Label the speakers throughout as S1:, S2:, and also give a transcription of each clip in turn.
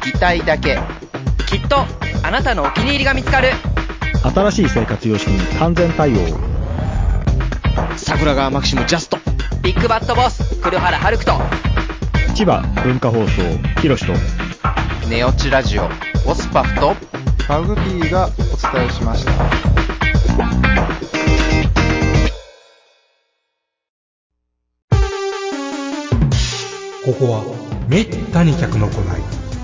S1: 聞きたいだけきっとあなたのお気に入りが見つかる
S2: 新しい生活様式に完全対応。
S3: 桜川マキシムジャスト
S1: ビッグバットボス黒原遥人
S2: 千葉文化放送、ひろしと。
S1: ネオチラジオオスパフと
S4: マグピーがお伝えしました。
S5: ここはめったに客の来ない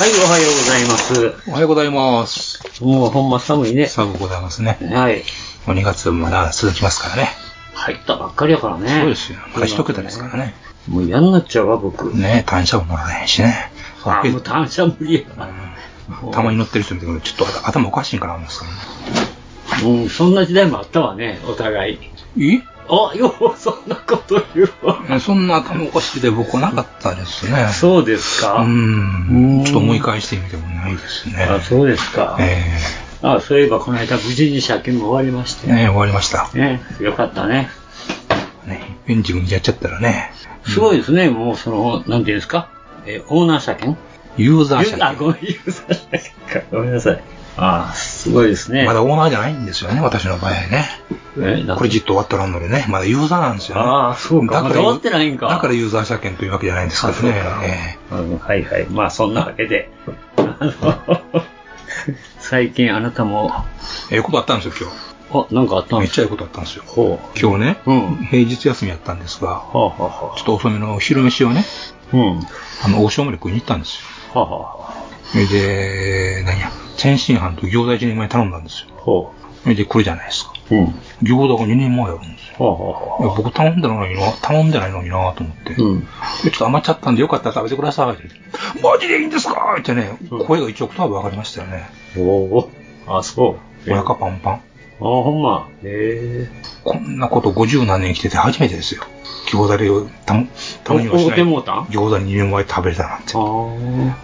S6: はい、おはようございます。
S3: おはようございます
S6: もうほんま寒いね。
S5: 寒くございますね
S6: はい。
S5: もう2月まだ続きますからね
S6: 入ったばっかりやからね。
S5: そうですよ。まだ一桁ですからね。
S6: もう嫌になっちゃうわ、僕。
S5: ねえ、単車も乗らへんしね。
S6: あ、もう単車無理や。
S5: たまに乗ってる人見てくるとちょっと頭おかしいんかな思うんですけ
S6: うん、そんな時代もあったわね、お互い。
S5: どね。
S6: あ、よう、そんなこと言うわ。
S5: えそんな頭おかしいで僕はなかったですね。
S6: そうですか。
S5: う
S6: うん
S5: ん。ちょっと思い返してみてもないですね。
S6: あ、そうですか。
S5: え
S6: あ、そういえばこの間無事に車検も終わりまして
S5: えねえ終わりました。
S6: ね。よかったね。
S5: ねえ、ン自分でやっちゃったらね、
S6: すごいですね、もうその、なんていうんですか。えーオーナー車検
S5: ユーザー車
S6: あ、ごめん、ユーザー車検か。ごめんなさい。あ、すごいですね。
S5: まだオーナーじゃないんですよね、私の場合ね。
S6: え、なん
S5: クレジット終わったらあんのでね、まだユーザーなんですよね。
S6: ああ、そうか。まだ終わってないんか。
S5: だからユーザー車検というわけじゃないんですけ
S6: あ
S5: ど
S6: そう
S5: ね。
S6: か
S5: え
S6: うんはいはい。まあ、そんなわけで。あの最近あなたも、
S5: えええことあったんですよ、
S6: あ、なんかあった
S5: 今日。め
S6: んで
S5: っ
S6: す
S5: ちゃええことあったんですよ。
S6: ほう。
S5: 今日ね、
S6: うん。
S5: 平日休みやったんですが、
S6: はあ、はあは
S5: ちょっと遅めのお昼飯をね、
S6: あ、うん。は
S5: あの、王将まで食いに行ったんです
S6: あ、はあ、
S5: よ。で、何や、天津飯と餃子1人前頼んだんです
S6: ほ
S5: よ。で、これじゃないですか。
S6: う。うん。は
S5: 餃子が2人前あるんですよ。
S6: あ、はあ、
S5: い
S6: は
S5: や僕頼んだのにな、頼んでないのになと思って、
S6: あ。
S5: で
S6: うん。
S5: ちょっと余っちゃったんでよかったら食べてくださいって言ってマジでいいんですかってね、
S6: うん
S5: 声が1オクターブ上がりましたよね。
S6: おお。あ、そう。
S5: お腹パンパン。
S6: あ、ほんま。ええ。
S5: こんなこと50何年生きてて初めてですよ。餃子でたまたまにはし
S6: お
S5: な
S6: 手
S5: い。
S6: もうたんあ
S5: 餃子2人前食べれたなんて。
S6: あ。
S5: も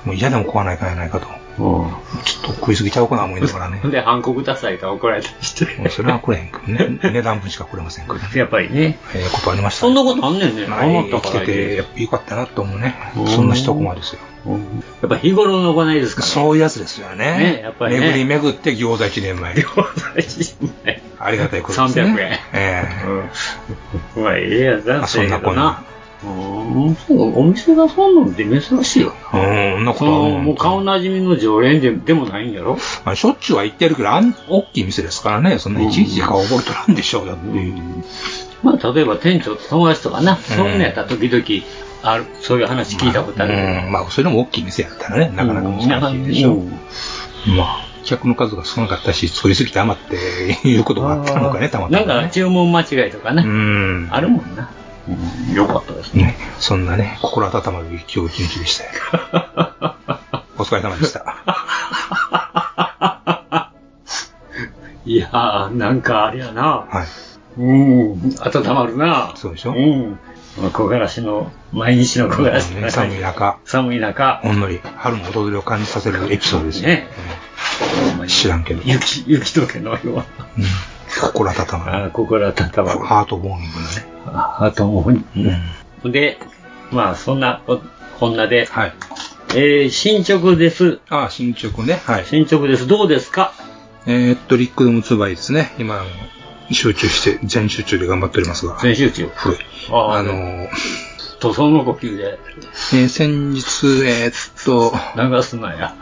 S5: う嫌でも食わないかんやないかと。
S6: う
S5: ちょっと食いすぎちゃうかな思いなが らね。
S6: ん。で、反抗くださいと怒られたりして。
S5: もうそれはくれへんけどね。値段分しかくれませんけどね。
S6: やっぱりね。
S5: ええことありました。
S6: そんなことあんねんね。
S5: はい
S6: 思った
S5: 生
S6: か
S5: き
S6: ら
S5: てて、やっぱよかったなと思うね
S6: う。ん
S5: そんな一コマですよ。
S6: うんやっぱ日頃の行いですから、
S5: そういうやつですよね。
S6: ねやっぱりね
S5: 巡り巡って餃子1年前。
S6: う。ですね。
S5: ありがたいことですね。
S6: 300円
S5: ええ
S6: うん。まあ、ええやつだ
S5: あそんなこんな。
S6: うん、そう、お店がそんなんって珍しいよな。
S5: うん、そんなこ
S6: そ
S5: とは
S6: の、
S5: う
S6: もう顔なじみの常連ででもないんやろ
S5: まあ、しょっちゅうは行ってるけど、あん、大きい店ですからね、そんないちいち顔覚えとらんでしょうよっていう。
S6: まあ、例えば店長と友達とかな、そういうのやったら時々、ある、そういう話聞いたことあるけど。
S5: うん、まあ、それでも大きい店やったらね、なかなか難しいでしょう。
S6: うん
S5: まあ、客の数が少なかったし、作りすぎて余っていうこともあったのかね、たまた
S6: な
S5: ま
S6: んか
S5: ね。
S6: 注文間違いとか
S5: う
S6: な、
S5: ん。
S6: あるもんな。うん、よかったですね。
S5: ね、そんなね、心温まる今日一日でしたよ。お疲れ様でした。
S6: いやー、なんかあれやな。
S5: はい。
S6: うん、温まるな。
S5: そうでしょ
S6: うん。木枯らしの、毎日の木枯らしの中
S5: 寒
S6: に
S5: い中、
S6: 寒い中、
S5: ほんのり春の訪れを感じさせるエピソードですよ。
S6: ね
S5: うん知らんけど、うん
S6: 雪、雪解けのような。
S5: 心温まる。
S6: あー心温まる。
S5: ハートウォーミング
S6: あとも
S5: のね。
S6: う、で、まあそんなこ、こんなで
S5: うん。、はい。
S6: えー、進捗です。
S5: ああ、進捗ね。はい。
S6: 進捗です。どうですか
S5: えーっと、リックドムツバイですね。今、集中して、全集中で頑張っておりますが。
S6: 全集中。
S5: はい。
S6: あ
S5: あ
S6: あ
S5: の
S6: 塗装の呼吸で
S5: えー先日、えーっと、
S6: 流すな や。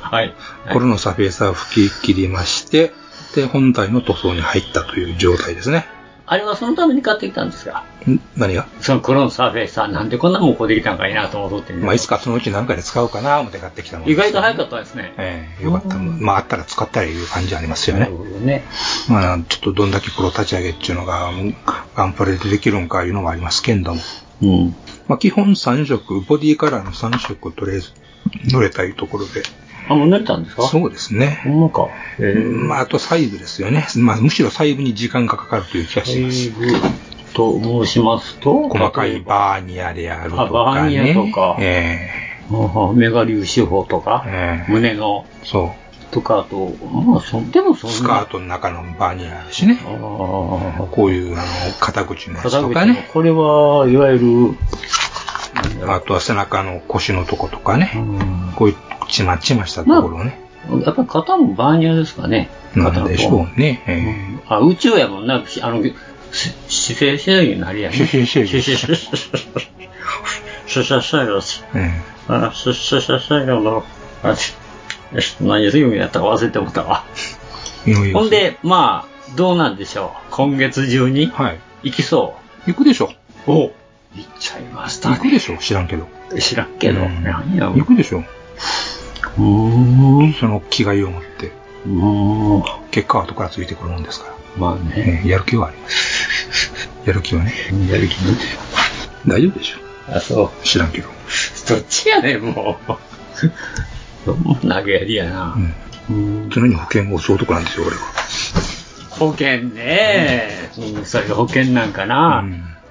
S6: はい。
S5: コルのサフェーサーを吹き切りまして、で、本体の塗装に入ったという状態ですね。
S6: あれはそのために買ってきたんですか
S5: ん何が
S6: そのクローンサーフェイサー、なんでこんなもんこうできたんかいなと思っとってんねん
S5: まあ、いつかそのうち何かで使うかな思って買ってきたもん
S6: 意
S5: です
S6: 外と早かったですね。
S5: ええよかった。まあ、あったら使ったらいう感じありますよ
S6: な
S5: ね
S6: る。ほどね。
S5: まあ、ちょっとどんだけプロ立ち上げっていうのが、うんガンプレでできるんかいうのもありますけんども。
S6: うん。
S5: まあ、基本3色、ボディカラーの3色をとりあえず塗れたいところで。
S6: あ、もう塗ったんですか
S5: そうです
S6: ほ
S5: ね。
S6: んまか。えー、
S5: まあ、あと細部ですよね。まあ、むしろ細部に時間がかかるという気がします。
S6: 西部と申しますと、
S5: 細かい
S6: バ
S5: バーニアであるとか、ね。
S6: あバーニアとか
S5: え
S6: メガ粒子法とか、
S5: ええ
S6: 胸の
S5: えそ
S6: とかあと、まあ、そでもそん
S5: う。
S6: な。
S5: スカートの中のバーニアあるしね。
S6: ああ、
S5: こういう、あの、肩口のやつ
S6: 肩
S5: と
S6: 口
S5: か
S6: の
S5: ね。
S6: これは、いわゆる、なんだ
S5: あ
S6: ろ
S5: とは背中の腰のとことかね。
S6: ううん
S5: こういうちまちましたところをね。
S6: やっぱ肩もバーニアですかね。肩
S5: な
S6: の
S5: ん
S6: 方
S5: でしょうね。え
S6: あ、宇宙やもんな、あの、し姿勢制御になりやね。
S5: 姿勢制御
S6: 姿勢姿勢制御です。
S5: ええ
S6: あ、姿勢制御の、あ、ちよし何制御やったか忘れてもったわ。
S5: えいよいよ
S6: ほんで、まあ、どうなんでしょう。今月中に
S5: はい。
S6: 行きそ
S5: 行くでしょ。
S6: う。お行っちゃいました
S5: 行く
S6: ね。
S5: でしょ。知らんけど。
S6: 知らんけど。
S5: うん
S6: 何や、
S5: 行くでしょ。
S6: うーん。う
S5: その気概を持って、
S6: ーん。
S5: 結果は後からついてくるもんですから。
S6: まあね。
S5: ええやる気はあります。やる気はね。
S6: やる気に。
S5: 大丈夫でしょ。
S6: あ、そう。
S5: 知らんけど。
S6: どっちやねん、もう。投げやりやな
S5: う。ん。
S6: うん、
S5: 常に保険を相続なんですよ、俺は。
S6: 保険ね、うん、それが保険なんかな、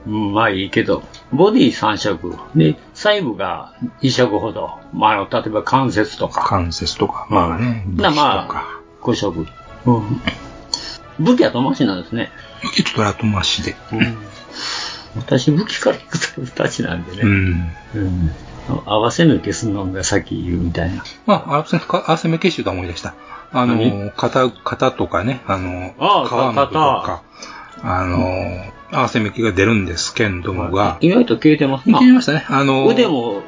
S6: うんまあいいけど、ボディ3色、で、細部が2色ほど、まああの、例えば関節とか、
S5: 関節とか、まあね、武器
S6: な
S5: と
S6: ま
S5: か。
S6: あ、5色。うん、武器は友達なんですね。
S5: 武器とトラトマシで。
S6: 私、武器から行くたちなんで
S5: う
S6: ね、
S5: ん。
S6: うん合わせ抜けすんのがさっき言うみたいな。
S5: まあ、合わせ、合わせ目結集だ思い出した。あの、型、型とかね、あの、
S6: ああ
S5: 皮の部とか、あの、合わせ目きが出るんですけんどもが、
S6: 意外と消えてますな
S5: 消えましたね。あの、
S6: 腕も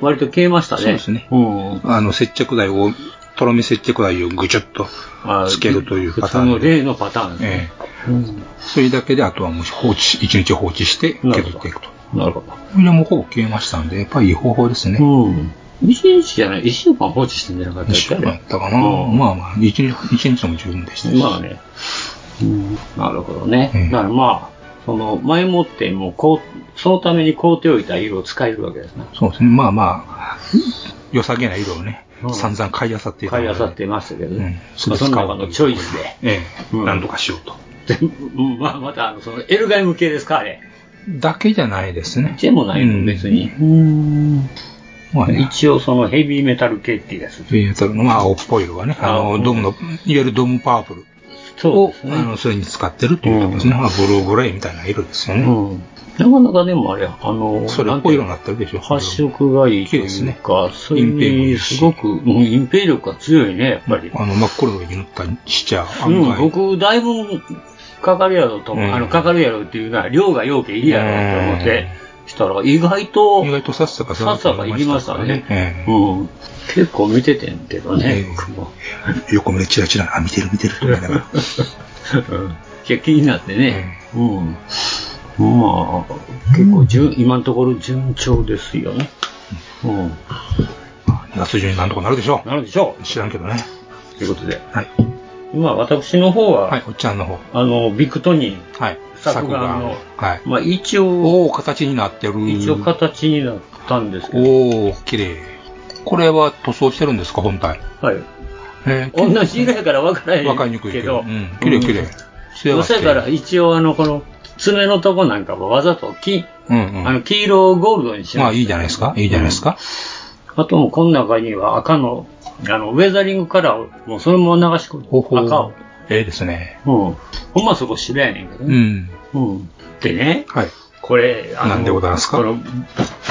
S6: 割と消えましたね。
S5: そうですね
S6: うん。
S5: あの、接着剤を、とろみ接着剤をぐちょっと
S6: あ
S5: つけるという
S6: 普
S5: パタ
S6: 通
S5: ー
S6: の
S5: ンで。
S6: 例のパターンです
S5: え
S6: ね。
S5: え。
S6: うん
S5: それだけで、あとはもう放置、一日放置して削っていくと。
S6: なるほ
S5: これもほぼ消えましたんで、やっぱりいい方法ですね。
S6: ど。うん。一日じゃない、一週間放置してんじゃなかった
S5: 一
S6: っ
S5: 週
S6: け
S5: 間やったかな。
S6: うん
S5: まあまあ、一日、一日でも十分でしたし。
S6: まあね。うん。なるほどね。
S5: うん
S6: だからまあ、その、前もってもう、こう、そのために買うておいた色を使えるわけですね。
S5: そうですね。まあまあ、良さげな色をね
S6: う、ん
S5: 散々買い漁っていたの
S6: 買い
S5: で
S6: 漁ってましたけど
S5: うん
S6: ね。
S5: そ
S6: ま
S5: れ使
S6: あそ
S5: おう
S6: の中のチョイスで。
S5: ええ、
S6: うん
S5: なんとかしようと。
S6: でうんまあ、また、あの、その、エルガイム系ですか、あれ。
S5: だけじゃないですね。
S6: でもないの、別に。うん。
S5: まあね。
S6: 一応、その、ヘビーメタル系っていうやつ。
S5: ベータルの、まあ、青っぽい色がね、あ
S6: あう
S5: の、
S6: ん
S5: ドームの、いわゆるドームパープル
S6: そう
S5: を
S6: です、
S5: あ
S6: ね。
S5: の、それに使ってるということですね。まあ、ブルーグレーみたいな色ですよ
S6: う
S5: ね。
S6: ん。なかなかでもあれ、あの、
S5: それっぽい色になってるでしょ。
S6: 発色がいいと
S5: 綺麗で
S6: い
S5: す
S6: う
S5: ね
S6: か、それ
S5: 隠蔽もい
S6: に
S5: いし
S6: すごく、うん、隠蔽力が強いね、やっぱり。
S5: あの、真っ黒に塗ったしちゃ、
S6: う
S5: 案
S6: ん、
S5: 外。
S6: 僕、だいぶかかるやろと思う、
S5: うん
S6: あの、かかるやろっていうのは、量が量けいいやろと思って、したら、意外と、
S5: 意外とさっさか
S6: さっさかいりましたね。
S5: ええ
S6: うん。結構見ててんけどね、
S5: ええ
S6: 僕 も。
S5: 横目でチラチラ、あ、見てる見てると思いなが ら。
S6: うんいや気になってね、うん。まあ、結構順、今のところ順調ですよね。うん。
S5: 2月中になんとかなるでしょ
S6: なるでしょ
S5: う。知らんけどね。
S6: う。ということで。
S5: はい。
S6: まあ、私の方は、
S5: はい、おっちゃんの方。
S6: あの、ビクトニー、
S5: はい。
S6: 作画の
S5: はい。
S6: まあ、一応、
S5: おお、形になってる。
S6: 一応形になったんですけど、
S5: おお、綺麗。これは塗装してるんですか、本体。
S6: はい。
S5: えー、
S6: 同じ色やから分からへん
S5: わかりにくいけ
S6: け
S5: ど。
S6: ど、
S5: うん。綺麗綺麗。
S6: う
S5: 艶
S6: ん。
S5: がし
S6: そ
S5: て
S6: やから、一応、あの、この、爪のとこなんかもわざとき、
S5: うんう
S6: あ
S5: ん。
S6: の、黄色をゴールドにしました
S5: まあ、いいじゃないですか。いいじゃないですか。
S6: あともこの中には赤の、あの、ウェザリングカラーを、もうそのまま流し込む。
S5: ほほ
S6: 赤を。。
S5: ええですね。
S6: うん。ほんまそこ白やねんけど
S5: う
S6: ね。
S5: ん。
S6: うん。でね、
S5: はい。
S6: これ、あの
S5: なんでございますか
S6: この、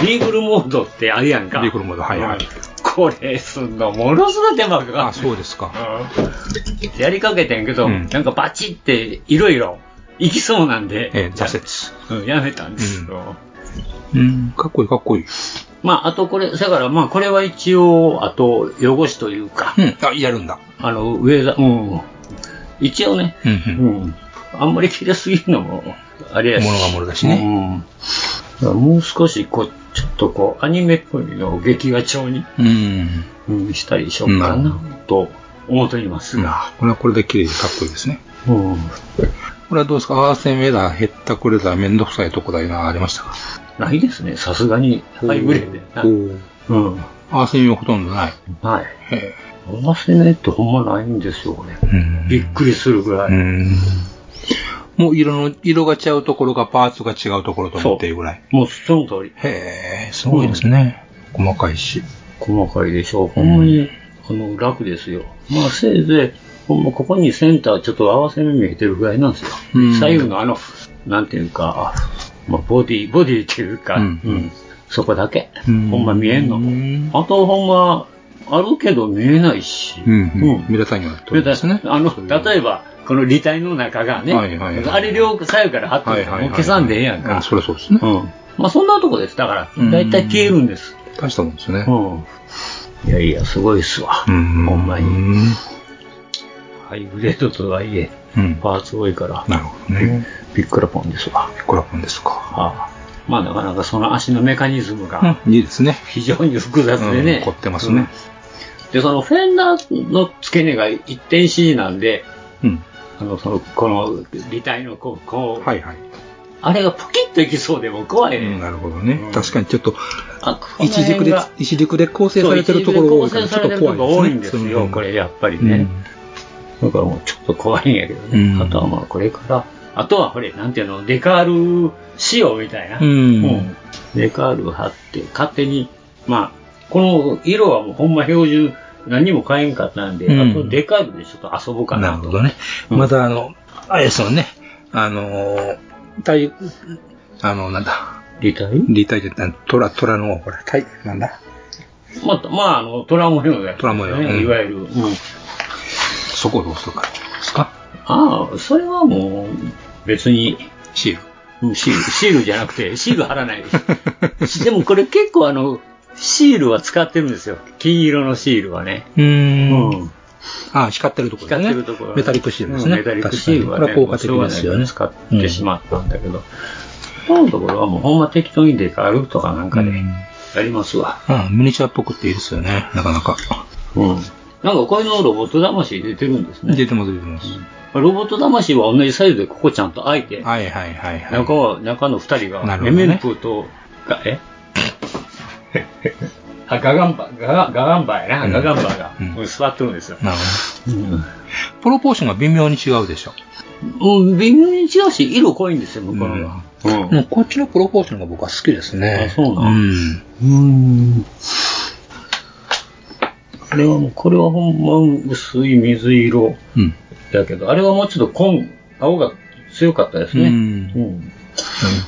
S6: ビーグルモードってあるやんか。
S5: ビーグルモードはいはい
S6: ここれすんの、ものすごい手間かか
S5: あ、
S6: る
S5: そうですか。
S6: うんやりかけてんけど、
S5: うん
S6: なんかバチっていろいろいきそうなんで、
S5: えー、
S6: や
S5: 挫
S6: うんやめたんですよ。
S5: 折。うん、かっこいいかっこいい。
S6: まあ、あとこれ、だからまあ、これは一応、あと、汚しというか、
S5: うん、あ、やるんだ。
S6: あの、上だ、うん。一応ね、
S5: うん、う。
S6: うんん。あんまり切れすぎるのも、あれやし。
S5: 物が物だしね。
S6: うん。だからもう少し、こう、ちょっとこう、アニメっぽいのを劇画調に、
S5: うん。
S6: うん、したりしようか
S5: なる
S6: な、と思っておりますが。
S5: あこれはこれで綺麗でかっこいいですね。
S6: うん。
S5: これはどうですか合わせ目だ、減ったくれだ、めんどくさいとこだいうのはありましたか
S6: ないですね、さすがに、ハイブレードやな。
S5: お
S6: うん。
S5: 合わせ目はほとんどない。
S6: はい。
S5: へ
S6: 合わせねってほんまないんですよ、これ。
S5: うん
S6: びっくりするぐらい。
S5: うん。もう色の、色が違うところがパーツが違うところと思っているぐらい。
S6: もうその通り。
S5: へえ、すごいですね。細かいし。
S6: 細かいでしょう。ほんまに、あの、楽ですよ。まあ、せいぜい、ほんま、ここにセンターちょっと合わせ目見えてるぐらいなんですよ
S5: うん。
S6: 左右のあの、なんていうか、まあ、ボディ、ボディっていうか、
S5: う
S6: うんん、そこだけ。
S5: う
S6: ほ
S5: ん
S6: んま見えんの。
S5: うん
S6: あと、ほんま、あるけど見えないし。
S5: うん、うん。目立たんようになっておりますね。
S6: あの
S5: そういう、
S6: 例えば、この履体の中がね、
S5: はいはいはい
S6: あれ両左右から貼ってて、もう消さんでええやん
S5: う
S6: か。
S5: そりゃそうですね。
S6: うん。まあ、そんなとこです。だか
S5: うん
S6: ら、だいたい消えるんです。
S5: 大したもんですね。
S6: うん。いやいや、すごいっすわ。
S5: うん
S6: ほんま
S5: う
S6: に。
S5: ん
S6: ハイブレードとはいえ、
S5: うん。
S6: パーツ多いから、
S5: なるほどね。
S6: ビックラポンですわ。
S5: コラボですか。
S6: ああまあ、なかなかその足のメカニズムが
S5: いいですね。
S6: 非常に複雑でね。
S5: うん凝ってますね
S6: うん。で、そのフェンダーの付け根が一点 C なんで、
S5: うん。
S6: あの、その、この、履体のこう、こう、
S5: はいはい。
S6: あれがポキッといきそうでもう怖いね。
S5: うんなるほどね
S6: う。ん
S5: 確かにちょっと、
S6: あこの
S5: 一軸
S6: 辺
S5: で
S6: が、
S5: 一軸で構成されてるところが多いから、ち
S6: そ
S5: ょ
S6: う
S5: っと
S6: 一時構成されてるとこ
S5: 怖
S6: ろが多いん
S5: い
S6: で
S5: ですすね。
S6: よ、これ、やっぱり
S5: う
S6: ね
S5: ん。。
S6: だからもうちょっと怖いんやけど
S5: う
S6: ね。
S5: ん
S6: あとはまあこれから、あとはこれ、なんていうの、デカール仕様みたいな。
S5: うん
S6: デカール貼って、勝手に、まあ、この色はもうほんま標準、何も変えんかったんで、
S5: うん
S6: あとデカールでちょっと遊ぼうか
S5: なる
S6: なと。
S5: ほどね。
S6: うん
S5: また、あの、あれですよね。あの、体、あの、なんだ、
S6: 立体
S5: 立体で、なん虎、虎の、ほら、体、なんだ、
S6: まあ、まあ、あの、虎模様だよ、ね。
S5: 虎模様うん
S6: いわゆる。うん。
S5: そこをどうするかですか
S6: ああ、それはもう、別に、
S5: シール。
S6: うんシール、シールじゃなくて、 シール貼らないです。でもこれ結構あの、シールは使ってるんですよ。金色のシールはね。
S5: う。
S6: うん
S5: あ、光ってるところです
S6: 光
S5: ね。
S6: ってるところはね
S5: メタリックシールですね。
S6: うんメタリックシールは、ね、
S5: 確かにこれは効果的ですよね。
S6: もうしょうがないから使ってしまったんだけど、このところはもうほんま適当にデカールとかなんかで、
S5: うん
S6: やりますわ。
S5: うん、ミニチュアっぽくっていいですよね。なかなか。
S6: うん。なんかこういうのロボット魂出てるんですね。
S5: 出てます、出てます。
S6: ロボット魂は同じサイズでここちゃんと開いて、
S5: はいはいはいはい。
S6: 中は、中の二人が、
S5: なるほ
S6: エ
S5: どね
S6: メンプーと、がえ あ、ガガンバ、ガガガガンバや
S5: う
S6: な、
S5: ん
S6: ガガンバが、
S5: うん
S6: うん座ってるんですよ。
S5: なるほ
S6: うん、
S5: ど。プロポーションが微妙に違うでしょ。
S6: うん微妙に違うし、色濃いんですよ、向こうのが。うん
S5: もうこっちのプロポーションが僕は好きですね。
S6: あそうなの
S5: うん。
S6: うん。あれはもう、これはほんま薄い水色
S5: うん。
S6: だけど、あれはもうちょっと紺、青が強かったです
S5: う
S6: ね。
S5: ん
S6: う。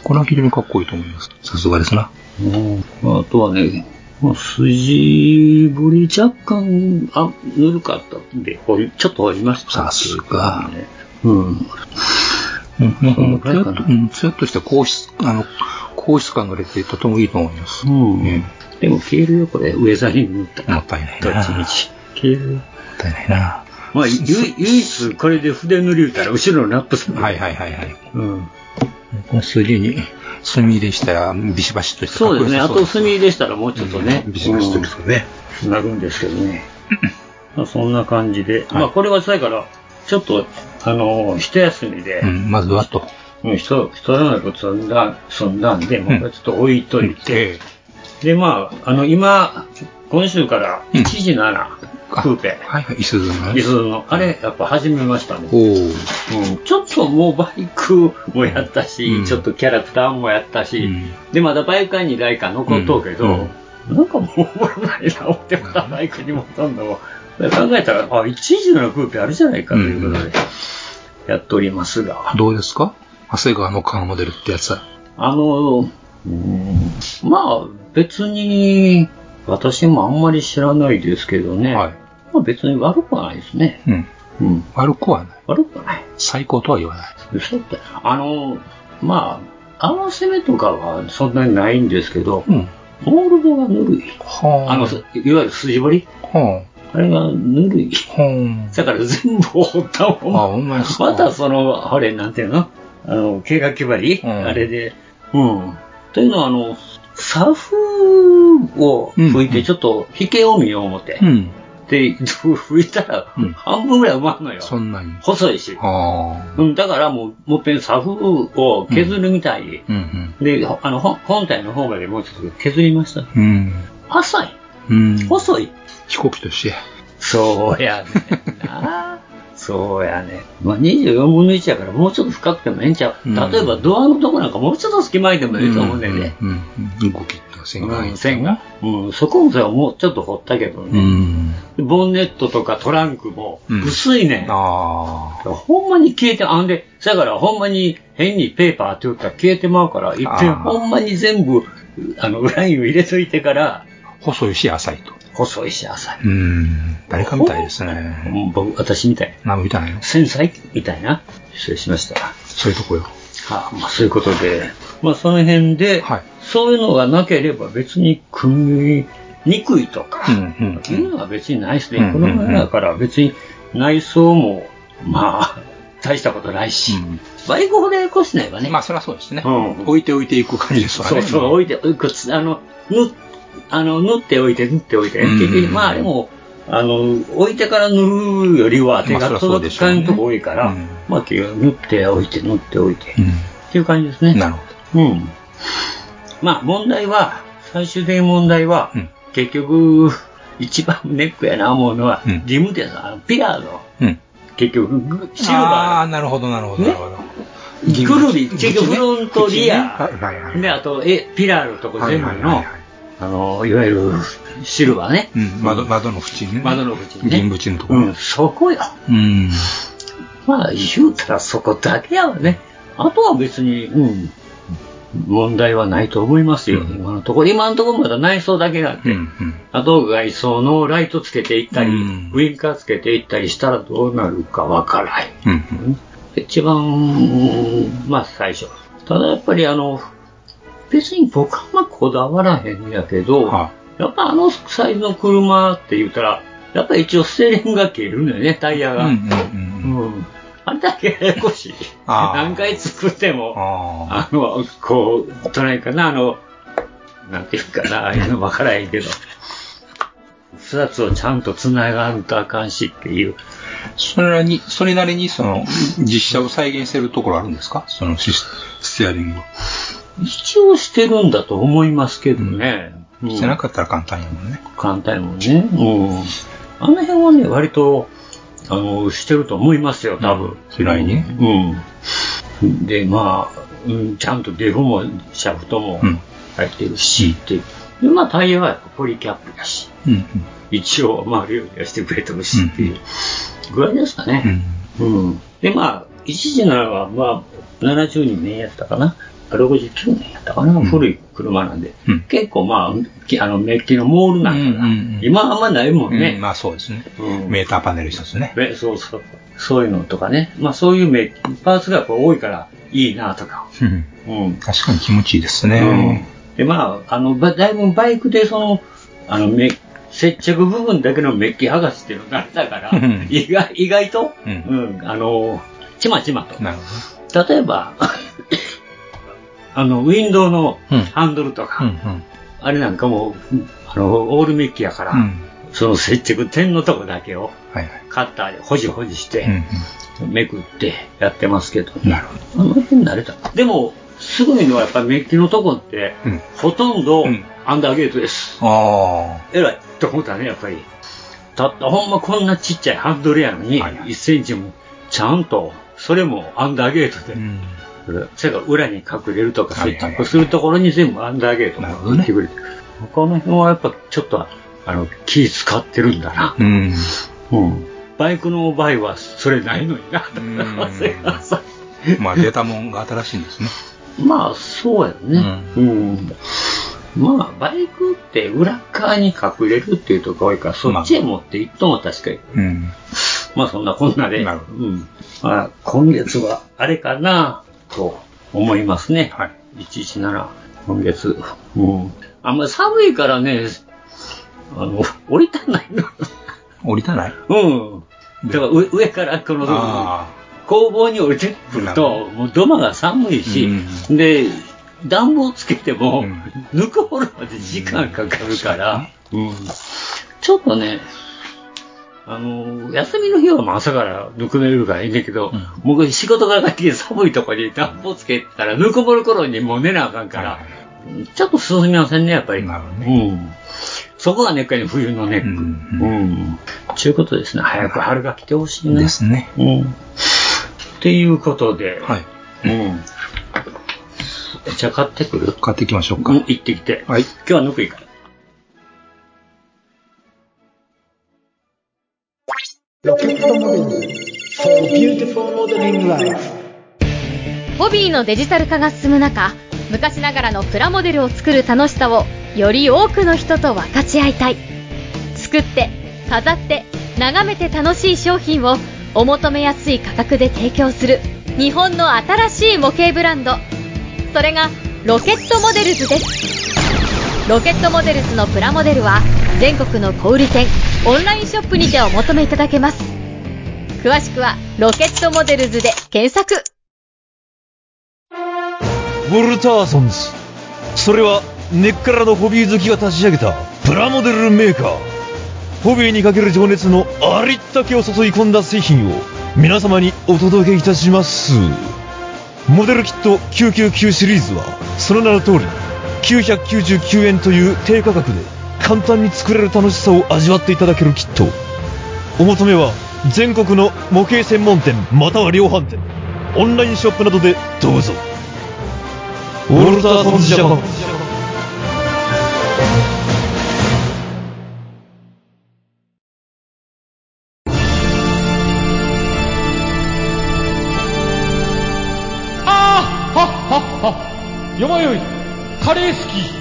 S5: これは非常にかっこいいと思います。さすがですな。
S6: うんあとはね、まあ筋ぶり若干、あ、ぬるかったんで、掘りちょっと掘りました。
S5: さすが。
S6: うん。
S5: うん。なんかもう、
S6: こ
S5: つや
S6: れ
S5: っ
S6: か
S5: と、
S6: な
S5: うん、つやっとした硬質、あの、硬質感が出てとてもいいと思います。
S6: うん
S5: うん
S6: でも消えるよ、これ。ウェザリング塗った
S5: も
S6: ら。
S5: ったいない
S6: ど
S5: な。
S6: っち
S5: も
S6: み
S5: っ
S6: ち。消える。
S5: たいないな。
S6: まあ、ゆ唯一、これで筆塗り打ったら、後ろのラップする。
S5: はいはいはいはい。
S6: うん。
S5: この筋に墨入れしたらビシバシっとした
S6: そうですね。あと
S5: 入
S6: 墨でしたら、もうちょっとね。
S5: ビシバシとですね。
S6: うんなるんですけどね。まあそんな感じで。まあ、これは、だから、ちょっと、あの、一休みで
S5: う、ん、まずはと。
S6: うん、人、人の中積んだ、積んだんで、もうこれちょっと置いといて、
S5: え
S6: で、まあ、あの、今、今週から、
S5: うん
S6: 1時7、
S5: あ
S6: クーペ
S5: え、はいはい、いすずの
S6: リ
S5: ね。
S6: スの、あれ、やっぱ始めましたね。
S5: お
S6: うん、ちょっともうバイクもやったし、
S5: うん
S6: ちょっとキャラクターもやったし、
S5: うん
S6: で、まだバイクは2台か残っとうけど、
S5: うん
S6: なんかもうおもろないな、思ってまたバイクに戻んのを。で考えたら、あ、1時のクーペあるじゃないかということで、やっておりますが。
S5: お。どうですか長谷川のカーモデルってやつは。
S6: あの、うんまあ、別に、私もあんまり知らないですけどね。
S5: はい。
S6: まあ別に悪くはないですね。
S5: うん。
S6: うん。
S5: 悪くはない。
S6: 悪くはない。
S5: 最高とは言わない。
S6: 嘘って。あの、まあ、合わせ目とかはそんなにないんですけど、
S5: うん。
S6: モールドがぬるい。
S5: はあ。
S6: あの、いわゆる筋彫り
S5: は
S6: あれがぬるい。
S5: あ。は
S6: だから全部掘ったもん。
S5: あ。あ、ほんまですか
S6: またその、あれ、なんていうのあの、毛が決まり、
S5: うん
S6: あれで。うん。というのは、あの、サフを吹いて、ちょっと、引けを見よう思って
S5: う。ん。
S6: で、吹いたら
S5: うん、
S6: 半分ぐらい埋まるのよ。
S5: そんなに。
S6: 細いし。
S5: はあ。
S6: うん、だからもう、もっぺんサフを削るみたいに。
S5: うんうん。
S6: で、ほあの、ほん本体の方までもうちょっと削りました。
S5: うん。
S6: 浅い。
S5: うん。
S6: 細い。
S5: 飛行機として。
S6: そうやねんな。そうやね。まあ、24分の1やからもうちょっと深くてもええんちゃう。
S5: うん
S6: 例えばドアのとこなんかもうちょっと隙間空いてもええと思うねんで。
S5: うん。うん。動きって線が入
S6: うん
S5: っ
S6: 線
S5: て。
S6: が。うん、そこもさ、もうちょっと掘ったけど
S5: う
S6: ね。
S5: ん。
S6: ボンネットとかトランクも
S5: うん
S6: 薄いねん。
S5: ああ。
S6: ほんまに消えて、あんで、だからほんまに変にペーパーって打ったら消えてまうから、いっぺん
S5: あー
S6: ほんまに全部、あの、ラインを入れといてから、
S5: 細いし、浅いと。
S6: 細いし浅い。
S5: うん。誰かみたいです
S6: う
S5: ね。
S6: ん、僕、私みたい。
S5: 何も見たないよ。
S6: 繊細みたいな。失礼しました。
S5: そういうとこよ。
S6: はあ、まあそういうことで、まあその辺で、
S5: はい
S6: そういうのがなければ別に組みにくいとか、
S5: うんう。
S6: いうんのは別にないですね。
S5: うん
S6: この前だから別に内装も、まあ、 大したことないし、
S5: うん
S6: バイクほどややこしないわね。
S5: まあ、そりゃそうですね。
S6: うん
S5: 置いて置いていく感じですわ
S6: そ
S5: ね。
S6: うそう、置いて、置いてつあの、ぬ、あの、縫っておいて、縫っておいて、
S5: うん
S6: 結局、まあでも、あの、置いてから塗るよりは手
S5: まあそり
S6: が
S5: ゃそう
S6: 届
S5: で
S6: く
S5: しょう
S6: 感
S5: ね
S6: じとこ多いから
S5: うん、
S6: まあ、結局縫っておいて、縫っておいて、
S5: う
S6: っ
S5: ん。
S6: ていう感じですね。
S5: なるほ
S6: うん。まあ問題は、最終的に問題は、
S5: うん
S6: 結局、一番ネックやな思うのは、
S5: うん
S6: リムってさ、あのピラーの、
S5: ど。うん。
S6: 結局、ぐシル
S5: ああ
S6: バ
S5: ー、なるほど、なるほど、なるほど。
S6: ーが、くるり、結局フロントリ
S5: 口ねは
S6: ア、
S5: いはいはい
S6: で、あと、え、ピラーのとこ
S5: はい
S6: 全部
S5: はいはい
S6: の
S5: は、
S6: あの、いわゆる、シルバーね。
S5: いうん、窓、窓の縁ね。
S6: 窓の縁ね。
S5: 銀縁のとこ
S6: う
S5: ろ。
S6: ん、そこよ。
S5: うん。
S6: まあ、言うたらそこだけやわね。あとは別に、うん、問題はないと思いますよ、
S5: うん
S6: 今のところ。今のところまだ内装だけなん
S5: う
S6: で、
S5: ん。
S6: あと外装のライトつけていったり、
S5: うん
S6: ウインカーつけていったりしたらどうなるかわからない。
S5: うん。うん。
S6: 一番、うんまあ最初。ただやっぱりあの、別に僕はあんまこだわらへんやけど、
S5: は
S6: やっぱあのサイズの車って言ったら、やっぱ一応ステレンが切れるんだよね、タイヤ
S5: うん。
S6: が。
S5: うん。うん。
S6: うんあれだけややこしい。
S5: あー
S6: 何回作っても、
S5: ああ。
S6: あの、こう、どないかな、あの、なんていうかな、ああいうの分からへんけど、二つをちゃんと繋がんとあかんしっていう。
S5: それなりに、それなりに、その、実写を再現してるところあるんですかそのシス、ステアリングを。
S6: 一応してるんだと思いますけどね。うん
S5: してなかったら簡単やもんね。
S6: 簡単やもんね。うん。あの辺はね、割と、あの、してると思いますよ、多分。
S5: 嫌いに。
S6: うん。で、まあ、うん、ちゃんとデフも、シャフトも
S5: うん
S6: 入ってるし、っていう。で、まあ、タイヤはやっぱポリキャップだし、
S5: うん。うん。
S6: 一応回るようにはしてくれてるし、っていうぐらいですかね。
S5: うん。
S6: うん。で、まあ、一時ならば、まあ、72年やったかな。69年やったかな、
S5: ん
S6: 古い車なんで、
S5: うん
S6: 結構まあ、きあの、メッキのモールなんだから、
S5: うんうんうん
S6: 今あんまないもん
S5: うん
S6: ね。
S5: まあそうですね。
S6: うん
S5: メーターパネル一つね。
S6: ねそうそう。そういうのとかね。まあ、そういうメッキ、パーツがこう多いからいいなとか。
S5: うん。
S6: うん。
S5: 確かに気持ちいいです
S6: うん
S5: ね。
S6: で、まあ、あの、ばだいぶバイクでその、あの、メ接着部分だけのメッキ剥がしっていうのがあったから
S5: うん、
S6: 意外、意外と、
S5: う
S6: うん、あの、ちまちまと。
S5: なるほ
S6: 例えば、あの、ウィンドウの
S5: うん
S6: ハンドルとか、
S5: ど。うん。
S6: あれなんかもう、あの、オールメッキやから、
S5: うん。
S6: その接着点のとこだけを
S5: はいはい。
S6: カッターでほじほじし
S5: うん
S6: て、めくってやってますけど、
S5: うん。なるほど。
S6: あの辺慣れた。でも、すごいのはやっぱメッキのとこって、
S5: うん
S6: ほとんど
S5: うん
S6: アンダーゲートです。
S5: あ
S6: えらいと思ったね、やっぱり。たったほんまこんなちっちゃいハンドルやのに、
S5: はいはい
S6: 1センチもちゃんと、それもアンダーゲートで
S5: あ。うん。
S6: それから裏に隠れるとか、
S5: はい
S6: 接
S5: はいはい
S6: 着するところに全部アンダーゲート
S5: なるほどね
S6: 入ってくれてる。他の辺はやっぱちょっと、あの、気使ってるんだな。
S5: うん。
S6: うん。バイクの場合はそれないのにな。
S5: ん
S6: すいません
S5: まあデータもんが新しいんですね。
S6: まあ、そうやね。うん。まあ、バイクって裏側に隠れるっていうとこ多いから、そっちへ持って行っても確かに。
S5: うん。
S6: まあそんなこんなで、
S5: なるほ
S6: うんまあ、今月はあれかなと思いますね。
S5: はい。
S6: 117、今月。うん。あんまり寒いからね、あの、降りたないの。
S5: 降りたない
S6: うん。だから上上からこの
S5: あ
S6: 工房に降りてくる
S5: なるほ
S6: と、もう土間が寒いし、
S5: う
S6: で、暖房つけても、
S5: うん
S6: ぬくほるまで時間かかるから、うんちょっとね、あの、休みの日はまあ朝からぬくめるからいいんだけど、僕仕事から帰ってきて寒いとこに暖房つけたら、ぬくもる頃にもう寝なあかんから、ちょっと進みませんね、やっぱり。
S5: なるほど
S6: うん。そこがネックやね、冬のネック。
S5: う
S6: うんん。ちゅうことですね。早く春が来てほしい
S5: あ。
S6: ね。
S5: ですね。
S6: うん。っていうことで、
S5: はい。
S6: うん。じゃあ買ってくる
S5: 買っていきましょうか
S6: うん、。行ってきて。
S5: はい。
S6: 今日はぬくいから。
S7: ホビーのデジタル化が進む中昔ながらのプラモデルを作る楽しさをより多くの人と分かち合いたい作って飾って眺めて楽しい商品をお求めやすい価格で提供する日本の新しい模型ブランドそれがロケットモデルズですロケットモデルズのプラモデルは全国の小売店オンラインショップにてお求めいただけます詳しくは「ロケットモデルズ」で検索
S8: ウォルターソンズそれは根っからのホビー好きが立ち上げたプラモデルメーカーホビーにかける情熱のありったけを注い込んだ製品を皆様にお届けいたしますモデルキット999シリーズはその名の通り999円という低価格で簡単に作れる楽しさを味わっていただけるキットお求めは全国の模型専門店または量販店オンラインショップなどでどうぞウォルターソンズジャパン
S9: あーはっはっはよまよいカレー好き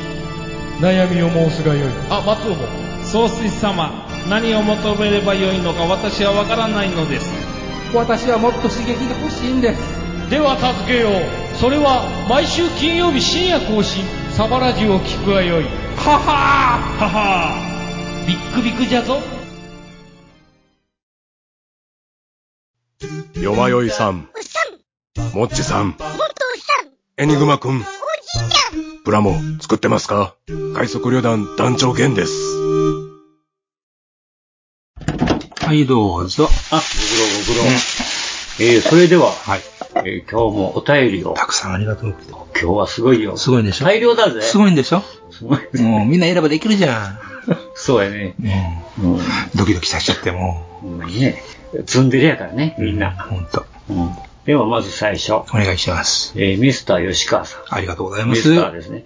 S9: 悩みを申すがよいあ松尾も総帥様何を求めればよいのか私はわからないのです私はもっと刺激が欲しいんですでは助けようそれは毎週金曜日深夜更新サバラジュを聞くがよいははーははービックビックじゃぞ
S10: よまよいさん。もっちさん。エニグマくん。プラモ作ってますか快速旅団団長ゲンです。
S5: はい、どうぞ。
S6: あ、ご苦労ご苦労。えー、それでは、
S5: はい。
S6: えー今日もお便りを。
S5: たくさんありがとう。
S6: 今日はすごいよ。
S5: すごいでしょ
S6: 大量だぜ。
S5: すごいんでしょ
S6: すごい。
S5: もうみんな選ばできるじゃ
S6: そうやね。
S5: ん。う
S6: うん。
S5: ん。ドキドキさせちゃっても
S6: ほんまにね。ツンデレやからね、
S5: う。
S6: みんな。
S5: ほんと。
S6: うん。では、まず最初。
S5: お願いします。
S6: えーミスター吉川さん。
S5: ありがとうございま
S6: ミ
S5: す。
S6: スターですね。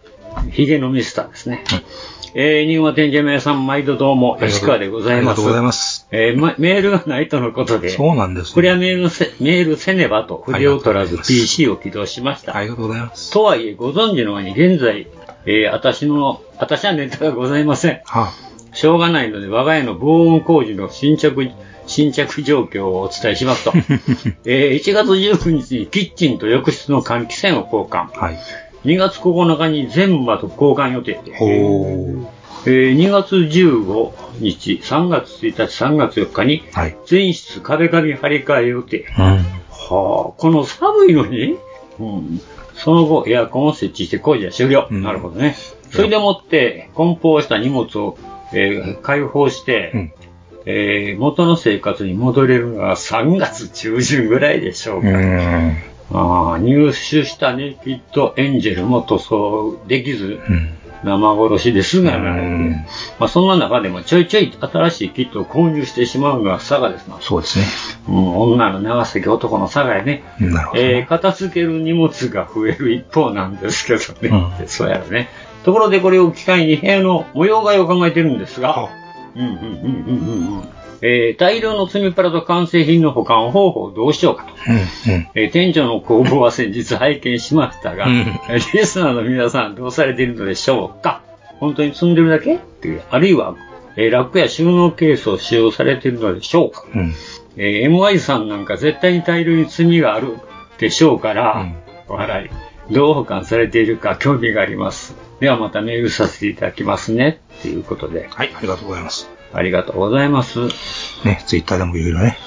S6: ヒゲのミスターですね。えー、ニューマテンジェメさん、毎度どうも、吉川でござい
S5: ありが
S6: ます。。
S5: とうございますす。
S6: えーまメールがないとのことで、
S5: そうなんです、
S6: これはメールせ、メールせねばと、筆を取ら
S5: ありがとうござ
S6: ず
S5: います
S6: PC を起動しました。
S5: ありがとうございます。
S6: とはいえ、ご存知のように、現在、えー私の、私はネタがございません。
S5: は
S6: しょうがないので、我が家の防音工事の新着、新着状況をお伝え しますと、えー1月19日にキッチンと浴室の換気扇を交換。
S5: あ、はい。
S6: 2月9日に全部と交換予定で、
S5: ほー。
S6: えー2月15日、3月1日、3月4日に
S5: はい。
S6: 全室壁紙張り替え予定。
S5: うん。
S6: はあ、この寒いのに、うん、その後エアコンを設置して工事は終了。
S5: うん
S6: なるほどね。それでもって梱包した荷物を、えー開放して、
S5: うん
S6: えー元の生活に戻れるのは3月中旬ぐらいでしょう
S5: う
S6: か。
S5: ん。
S6: ああ入手したネイキッドエンジェルも塗装できず、
S5: うん。
S6: 生殺しですが、
S5: うん
S6: まあ、そんな中でもちょいちょい新しいキットを購入してしまうのが佐賀ですな。
S5: そうですね。
S6: うん、女の長崎男の佐賀やね。
S5: うんなるほどね。
S6: えー片付ける荷物が増える一方なんですけどね。
S5: う
S6: そうやろね。ところでこれを機会に部屋の模様替えを考えてるんですが、うんうんうんうんうんうん。えー大量の積みプラと完成品の保管方法をどうしようかと。
S5: うん。うん。
S6: えー店長の工房は先日拝見しましたが、
S5: うん
S6: えーリスナーの皆さんどうされているのでしょうか本当に積んでるだけっていう、あるいは、えーラックや収納ケースを使用されているのでしょうか。
S5: うん
S6: えー MY さんなんか絶対に大量に積みがあるでしょうから、笑い。どう保管されているか興味があります。ではまたメールさせていただきますね。っていうことで。
S5: はい、ありがとうございます。
S6: ありがとうございます。
S5: ね、ツイッターでもいろいろね。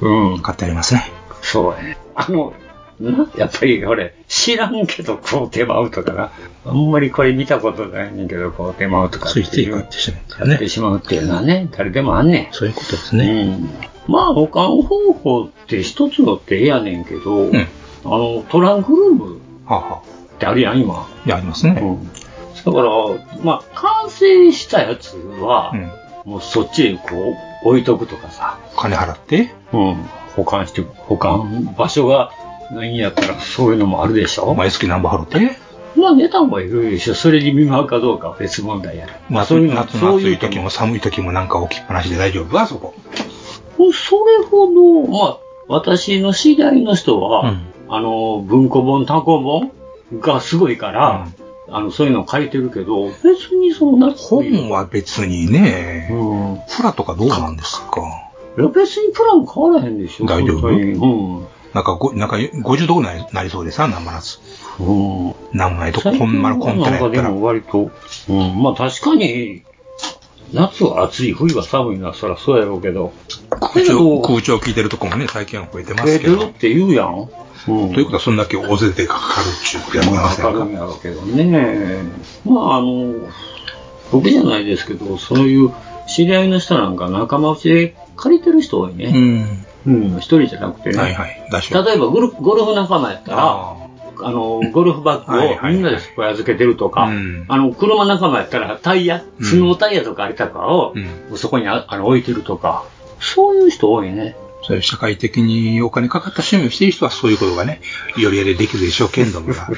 S6: うん。
S5: 買ってありますね。
S6: そうやね。あの、なやっぱり俺、知らんけどこう手間合うとかな。あんまりこれ見たことないんだけどこう手間合うとかっていう。
S5: ついつい買ってしまう、ね。
S6: やってしまうっていうのはね、誰でもあんねん。
S5: そういうことですね。
S6: うん、まあ、保管方法って一つの手やねんけど、あの、トランクルームってあるやん、今。
S5: いや、ありますね。
S6: だから、まあ、完成したやつは、もうそっちにこう、置いとくとかさ。
S5: 金払って
S6: うん。保管して、保管、場所がないんやったら、そういうのもあるでしょ
S5: 毎月何本払って
S6: まあ、値段はいるでしょ。それに見舞うかどうかは別問題やね
S5: まあ、
S6: そ
S5: そうう
S6: い
S5: いうう
S6: の
S5: の、夏の暑い時も寒い時もなんか置きっぱなしで大丈夫あそこ。
S6: それほど、まあ、私の知り合いの人は、あの、文庫本、単行本がすごいから、あの、そういうの書いてるけど、別にそんな。本
S5: は別にね、プラとかどうなんですか
S6: いや、別にプラン変わらへんでしょ。
S5: 大丈夫
S6: 本当にうん。
S5: なんかご、なんか50度ぐらいなりそうでさ、何もなつ。何もないと、
S6: 最
S5: こ
S6: 近
S5: んまるこんたらや
S6: な
S5: っ
S6: んか
S5: た
S6: で
S5: ら。
S6: も割と、うん、まあ確かに、夏は暑い、冬は寒いのはそりゃそうやろうけど、
S5: 空調、空調効いてるとこもね、最近は増えてますけど。
S6: 増えてるって言うやん。と
S5: いうことは、そんだけ大勢でかかるっちゅうことやもん
S6: わ
S5: です
S6: かるんやろうけどね。まああの、僕じゃないですけど、そういう知り合いの人なんか仲間内で借りてる人多いね。
S5: うん。
S6: うん、一人じゃなくてね。
S5: はいはい。出し
S6: 例えばゴルフゴルフ仲間やったら、あの、ゴルフバッグをみんなでそこへ預けてるとか、あの、車仲間やったらタイヤ、スノータイヤとかありたかを、そこにああの置いてるとか、そういう人多いね。
S5: そういう社会的にお金かかった趣味をしている人はそういうことがね、よりやりできるでしょうけんどもな。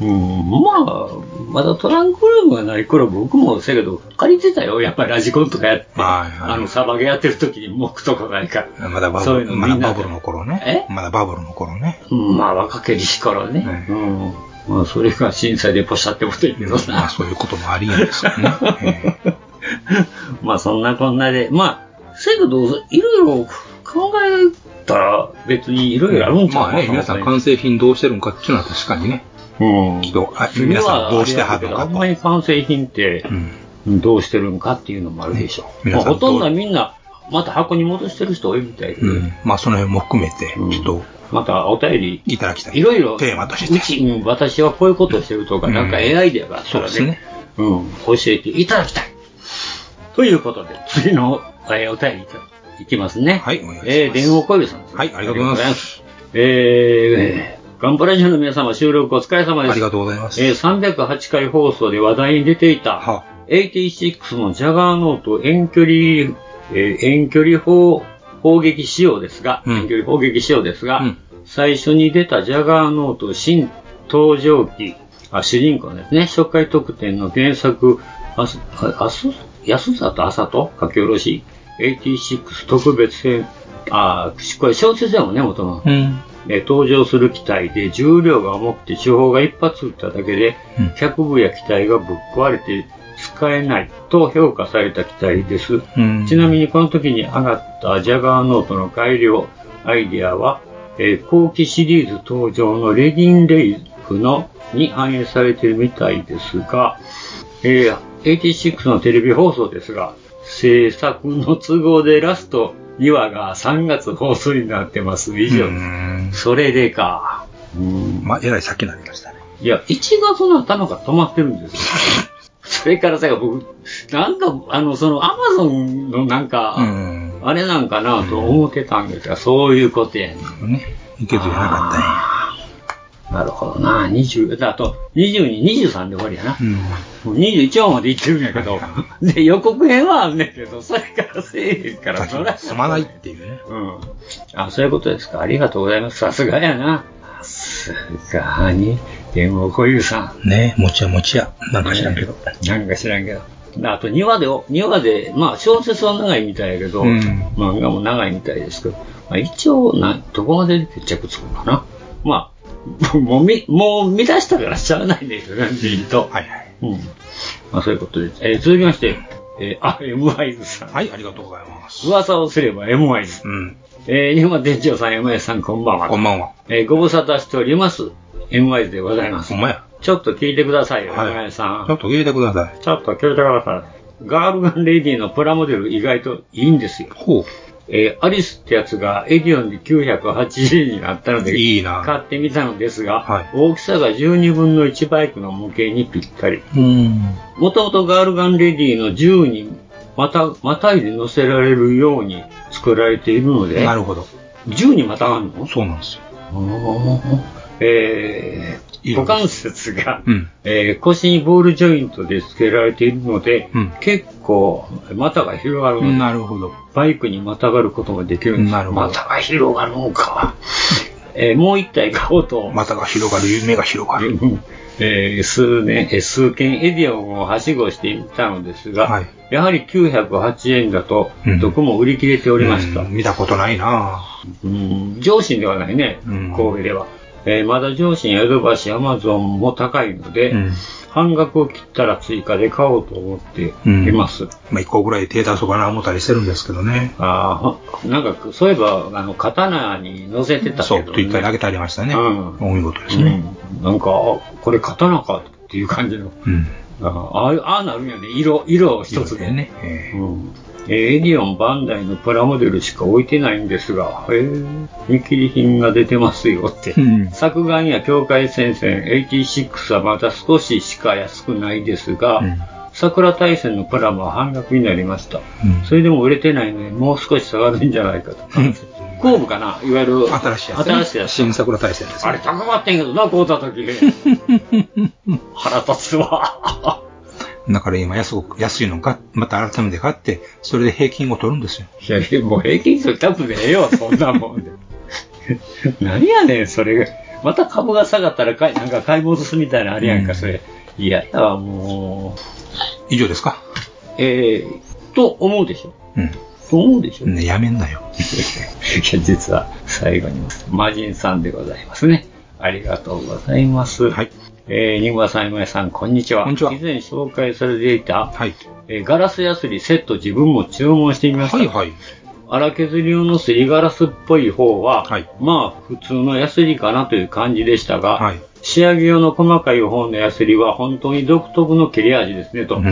S6: うん、まあ、まだトランクルームがない頃、僕もせやけど、借りてたよ。やっぱりラジコンとかやって、あの、サバゲーやってる時にモックとかないか。
S5: まだバ
S6: そう
S5: ブ
S6: いう
S5: ル、
S6: の
S5: ま
S6: み
S5: だ
S6: んな
S5: バ
S6: で
S5: ブルの頃ね。まだバブルの頃ね。
S6: うんまあ、若けりしからね。うん。まあ、それが震災でポシャってもいいけどな。まあ、
S5: そういうこともありえんですよね。
S6: まあ、そんなこんなで。まあ、せやけど、いろいろ考えたら、別にいろいろあるんちゃう
S5: まあね、皆さん完成品どうしてるんかっていうのは確かにね。
S6: うん。
S5: きっと、あ皆さんどうしてはるの
S6: あ
S5: か
S6: んまり完成品って、どうしてるのかっていうのもあるでしょ。
S5: 皆
S6: まあ、
S5: さんど
S6: ほ
S5: う
S6: とんどはみんな、また箱に戻してる人多いみたいで。
S5: うん。まあその辺も含めて、ちょっと、
S6: またお便り
S5: いただきたい。
S6: いろいろ、
S5: テーマとして。
S6: うち、うん私はこういうことをしてるとか、なんか AI でがあったらね、うん、教えていただきたい。ということで、次の、えーお便りいきますね。はい、お願いします。えー、電話コイルさん。はい、ありがとうございます。えー、ガンプラジオの皆様収録お疲れ様です。ありが
S5: とうございます。
S6: えー、308回放送で話題に出ていた、86のジャガーノート遠距離、えー遠距離砲、砲撃仕様ですが、遠距離砲撃仕様ですが、最初に出たジャガーノート新登場機、あ主人公のですね、初回特典の原作、あす、あす、安里あさと書き下ろし、86特別編、あ、これ小説でもんね、元の。
S5: うん。
S6: えー登場する機体で重量が重くて手法が一発撃っただけで、脚部や機体がぶっ壊れて使えないと評価された機体です。
S5: うん
S6: ちなみにこの時に上がったジャガーノートの改良アイデアは、えー後期シリーズ登場のレギンレイフのに反映されているみたいですが、えー86のテレビ放送ですが、制作の都合でラスト2話が3月放送になってます。以上です。それでか。
S5: まあ、えらい先になりましたね。
S6: いや、1月の頭から止まってるんですよ。それからさ、僕、なんか、あの、その、アマゾンのなんか、あれなんかなと思ってたんですが、そういうことやねん。
S5: ね。いけずやなかったんや。
S6: なるほどな。20、だと、22、23で終わりやな。
S5: うん。
S6: もう21話まで行ってるんやけど、で、予告編はあんねんけど、それからせえへんから、そら。すまないっていうね。うん。あ、そういうことですか。ありがとうございます。さすがやな。さすがに、電話小遊さん。
S5: ねもちやもちや。なんか知らんけど。
S6: なんか知らんけど。あと2話で、2話で、まあ小説は長いみたいやけど、
S5: うん
S6: 漫画も長いみたいですけど、まあ、一応な、どこまで決着つくのか な。まあ、もう見、もう見出したからしゃあないんですよね、じっと。はいはい。うん。まあそういうことです。えー続きまして、えーあ、M ワイズさん。
S11: はい、ありがとうございます。
S6: 噂をすれば M ワイズ。
S11: うん。
S6: えー、日本店長さん、M ワイズさん、こんばんは。
S11: こんばんは。
S6: えーご無沙汰しております。M ワイズでございます。
S11: ほんまや。
S6: ちょっと聞いてくださいよ、M ワイズさん
S11: ちょ。っと聞いてください。
S6: ちょっと聞いてください。ガールガンレディのプラモデル意外といいんですよ。
S11: ほう。
S6: えーアリスってやつがエディオンで980になったので、
S11: いいな
S6: 買ってみたのですが、大きさが12分の1バイクの模型にぴったり。
S11: うん。
S6: もともとガールガンレディの銃にまた、またいで乗せられるように作られているので、
S11: なるほど。
S6: 銃にまたがんの
S11: そうなんですよ。
S6: えー、股関節が、
S11: うん
S6: えー腰にボールジョイントで付けられているので、
S11: うん
S6: 結構、股が広がるので、
S11: なるほど。
S6: バイクにまたがることができるんです。
S11: なるほど
S6: 股が広がるのか。えーもう一体買おうと、
S11: またが広がる、夢が広がる。
S6: えー数年、えー数件エディオンをはしごしてみたのですが、
S11: はい
S6: やはり908円だと
S11: うん、
S6: どこも売り切れておりました。
S11: うん見たことないな
S6: うん上信ではないね、
S11: うん
S6: 神戸では。えーまだ上信、ヨドバシ、アマゾンも高いので、
S11: うん
S6: 半額を切ったら追加で買おうと思っています。
S11: まあ、一個ぐらい手出そうかな思ったりしてるんですけどね。
S6: ああ、なんか、そういえば、あの、刀に乗せてたけど、ね。
S11: そう、と言ったり投げてありましたね。
S6: うん
S11: お見事ですね。
S6: うんなんか、あこれ刀かっていう感じの。
S11: うん。
S6: あああいうああなるんやね。色、色を一つで。
S11: ね。
S6: うんえーエディオン、バンダイのプラモデルしか置いてないんですが、えー、見切り品が出てますよって。
S11: うん
S6: 作眼や境界戦線86はまた少ししか安くないですが、桜大戦のプラモは半額になりました。
S11: うん
S6: それでも売れてないので、もう少し下がるんじゃないかと。後部かないわゆる
S11: 新しいやつ、ね。
S6: 新しいやつ
S11: 新桜大戦です、
S6: あれ
S11: ね。
S6: 高かったんやけどな、こうた 時。腹立つわ。
S11: だから今安く、安いのか、また改めて買って、それで平均を取るんですよ。
S6: いや、もう平均数多分ねえよ、そんなもんで。 何やねん、それが。また株が下がったら買い、なんか買い戻すみたいなのあるやんか、それ。いや、だわも
S11: 以上ですか
S6: う、えー、と思うでしょ。
S11: うん。
S6: と思うでしょ。
S11: ね、やめんなよ。。
S6: いや、実は最後に、魔人さんでございますね。ありがとうございます。はいえー、ニンバさん、今井さん、こんにちは。
S11: こんにちは
S6: 以前紹介されていた、
S11: はい。
S6: えーガラスやすりセット自分も注文してみました。
S11: はいはい。
S6: 荒削り用のすりガラスっぽい方は、
S11: はい
S6: まあ普通のヤスリかなという感じでしたが、
S11: はい
S6: 仕上げ用の細かい方のヤスリは本当に独特の切れ味ですねと、
S11: うん。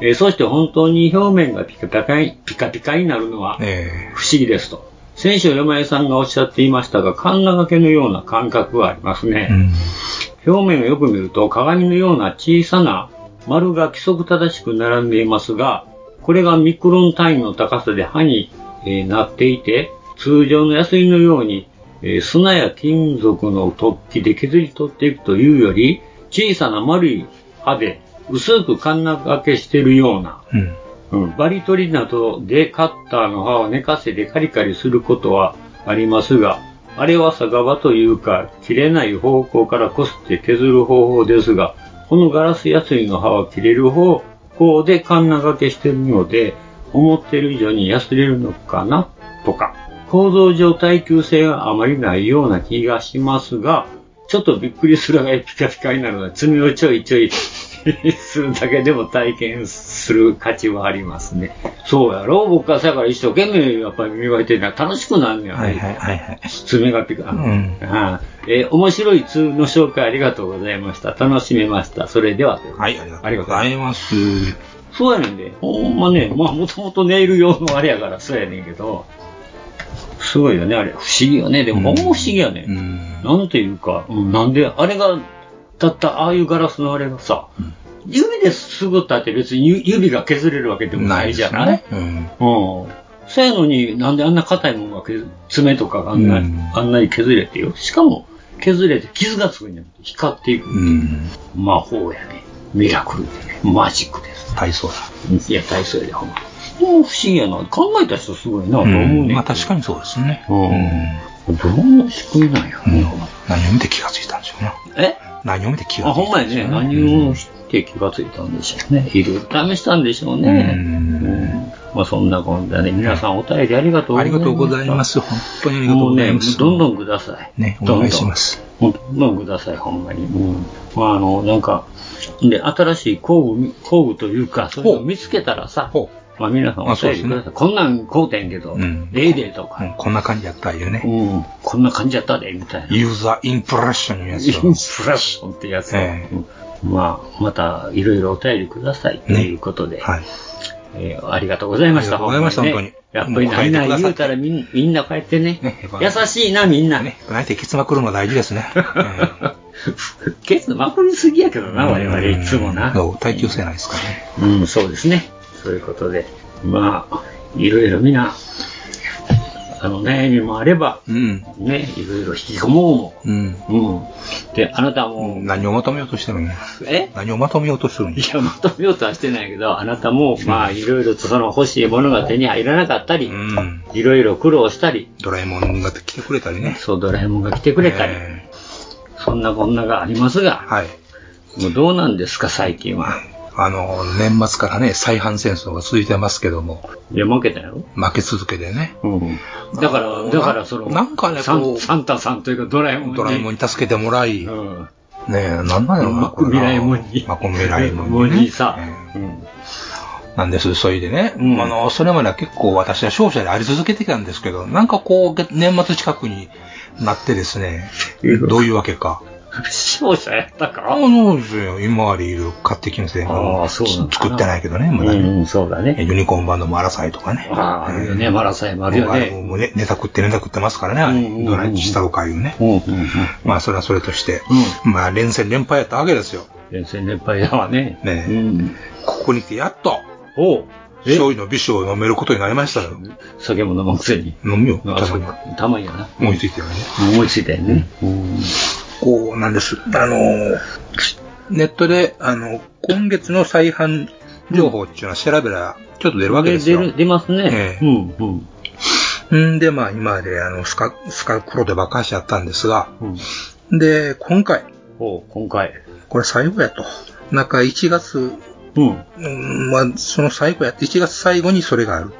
S6: えーそして本当に表面がピカピカにピカピカになるのは
S11: え
S6: 不思議ですと。先週、山井さんがおっしゃっていましたが、カンナ掛けのような感覚がありますね。
S11: えうん。
S6: 表面をよく見ると鏡のような小さな丸が規則正しく並んでいますが、これがミクロン単位の高さで刃に、えーなっていて、通常のヤスリのように、えー砂や金属の突起で削り取っていくというより、小さな丸い刃で薄くカンナ掛けしているような、
S11: うん。
S6: うんバリ取りなどでカッターの刃を寝かせてカリカリすることはありますが、あれは逆刃というか、切れない方向からこすって削る方法ですが、このガラスヤスリの刃は切れる方向でカンナ掛けしてるので、思ってる以上にヤスれるのかな、とか。構造上耐久性があまりないような気がしますが、ちょっとびっくりするぐらいピカピカになるので、爪をちょいちょい するだけでも体験する価値はありますね。そうやろ僕はさから一生懸命やっぱり磨いてるのは楽しくなるのよ、
S11: はいはいはいはい。
S6: 爪がピカ。
S11: うん。
S6: ああえー面白いツールの紹介ありがとうございました。楽しめました。それでは。
S11: はい、ありがとうございます。
S6: そうやねんで。ほんまね、まあもともとネイル用のあれやからそうやねんけど、すごいよね、あれ。不思議よね。でもほんま不思議やね。
S11: うん。
S6: なんていうか、うんなんで、あれが、たったああいうガラスのあれがさ、指ですぐったって別に指指が削れるわけでもないじゃない
S11: ですね。
S6: うん。そやのになんであんな硬いものが削爪とかがあんな,、
S11: うん
S6: あんなに削れてよ。しかも、削れて傷がつくんじゃなくて光っていく。
S11: うん。うん。
S6: 魔法やね。ミラクルやね。マジックです。
S11: 体操だ。
S6: いや、体操やで、ほんま。もう不思議やな。考えた人すごいな、と
S11: う
S6: 思うね。
S11: ん。まあ確かにそうですね。
S6: うん
S11: う
S6: どんな仕組みなんやろ
S11: ん。う
S6: ね、
S11: ん何を見て気がついたんでしょうな。
S6: え
S11: 何を見て気が
S6: あ、
S11: つい
S6: ほんまやね。何をして気がついたんでしょうね。いろいろ試したんでしょう
S11: た
S6: ね。
S11: ん
S6: うんまあそんなこんなね、皆さんお便りありがとうござ
S5: あり
S6: います。
S5: がとうございます
S6: 本当にありがとうございます。もうね、どんどんください。
S5: ねお願いします
S6: どんどん。どんどんください、ほんまに。うん。まああの、なんか、で、新しい工具、工具というか、そういうのを見つけたらさ、まあ皆さんお
S5: あそうです
S6: 便りく
S5: ね
S6: ださい。こんなん買うてんけど、
S5: ん
S6: ええでとか、
S5: こんな感じやったいうね。
S6: うん。こんな感じやったで、みたいな。
S5: ユーザーインプレッションのやつ
S6: インプレッションってやつを、うんまあ、またいろいろお便りくださいということで、えーありがとうございました。
S5: ありがとうございました
S6: やっ
S5: 本
S6: ぱ
S5: 当に
S6: りみ
S5: もう
S6: ん
S5: 帰ってくださ
S6: な
S5: い
S6: 言うたらみんみんなこうやってね、優しいなみんな。ね、
S5: こうやってケツまくるの大事 ですね。
S6: ケツまくりすぎやけどな、我々いつもな。
S5: 耐久性ないですからね。
S6: うん、そうですね。そういうことで、まあ、いろいろみんな、あの悩みもあれば、ね、いろいろ引きこもうも、
S5: うん。
S6: うん。で、あなたも、
S5: 何をまとめようとしてるんや。
S6: え
S5: 何をまとめようとしてるんや。
S6: いや、まとめようとはしてないけど、あなたも、まあ、いろいろとその欲しいものが手に入らなかったり、いろいろ苦労したり、
S5: ドラえもんが来てくれたりね。
S6: そう、ドラえもんが来てくれたり、そんなこんながありますが、もうどうなんですか、最近は。
S5: あの、年末からね、再犯戦争が続いてますけども。
S6: いや、負けたよ。
S5: 負け続けてね。
S6: だから、だから、その、
S5: なんかね、
S6: サ
S5: こ
S6: ン
S5: う
S6: サンタさんというか、ドラえもんに。
S5: ドラえもんに助けてもらい、
S6: うん
S5: ねえ、なんなんやろな、
S6: マクミライモンに。
S5: マクミライモン
S6: もにさ、
S5: なんです。それでね、あの、それまでは結構私は勝者であり続けてきたんですけど、なんかこう、年末近くになってですね、どういうわけか。
S6: 勝者やったか
S5: あそうですよ。今までいる買ってきません
S6: ああそうなんだな
S5: 作ってないけどね、まだね。
S6: うん、そうだね。
S5: ユニコーンバンドもアラサイとかね。
S6: ああ、あるよね、マラサイもあるよね。
S5: もうもうね、ネタ食ってネタ食ってますからねあれ、ドライチしたとかいうね。まあ、それはそれとして、まあ、連戦連敗やったわけですよ。
S6: 連戦連敗やわね。
S5: ねえここに来てやっと、
S6: お
S5: 醤油の美酒を飲めることになりましたよ。
S6: 酒も飲むくせに。
S5: 飲むよ、
S6: あ
S5: たま
S6: そう
S5: に。
S6: かたまにやな。
S5: 思いついたよね。
S6: 思いついたよね。
S5: こうなんです。あのー、ネットで、あの、今月の再販情報っていうのは調べたら、ちょっと出るわけですよ。
S6: 出る、出ますね。うん、うん。
S5: んで、まあ今まであのスカ、スカ黒で爆破しちゃったんですが、で、今回、
S6: 今回、
S5: これ最後やと。なんか1月、
S6: うん、
S5: まあその最後やって、1月最後にそれがある。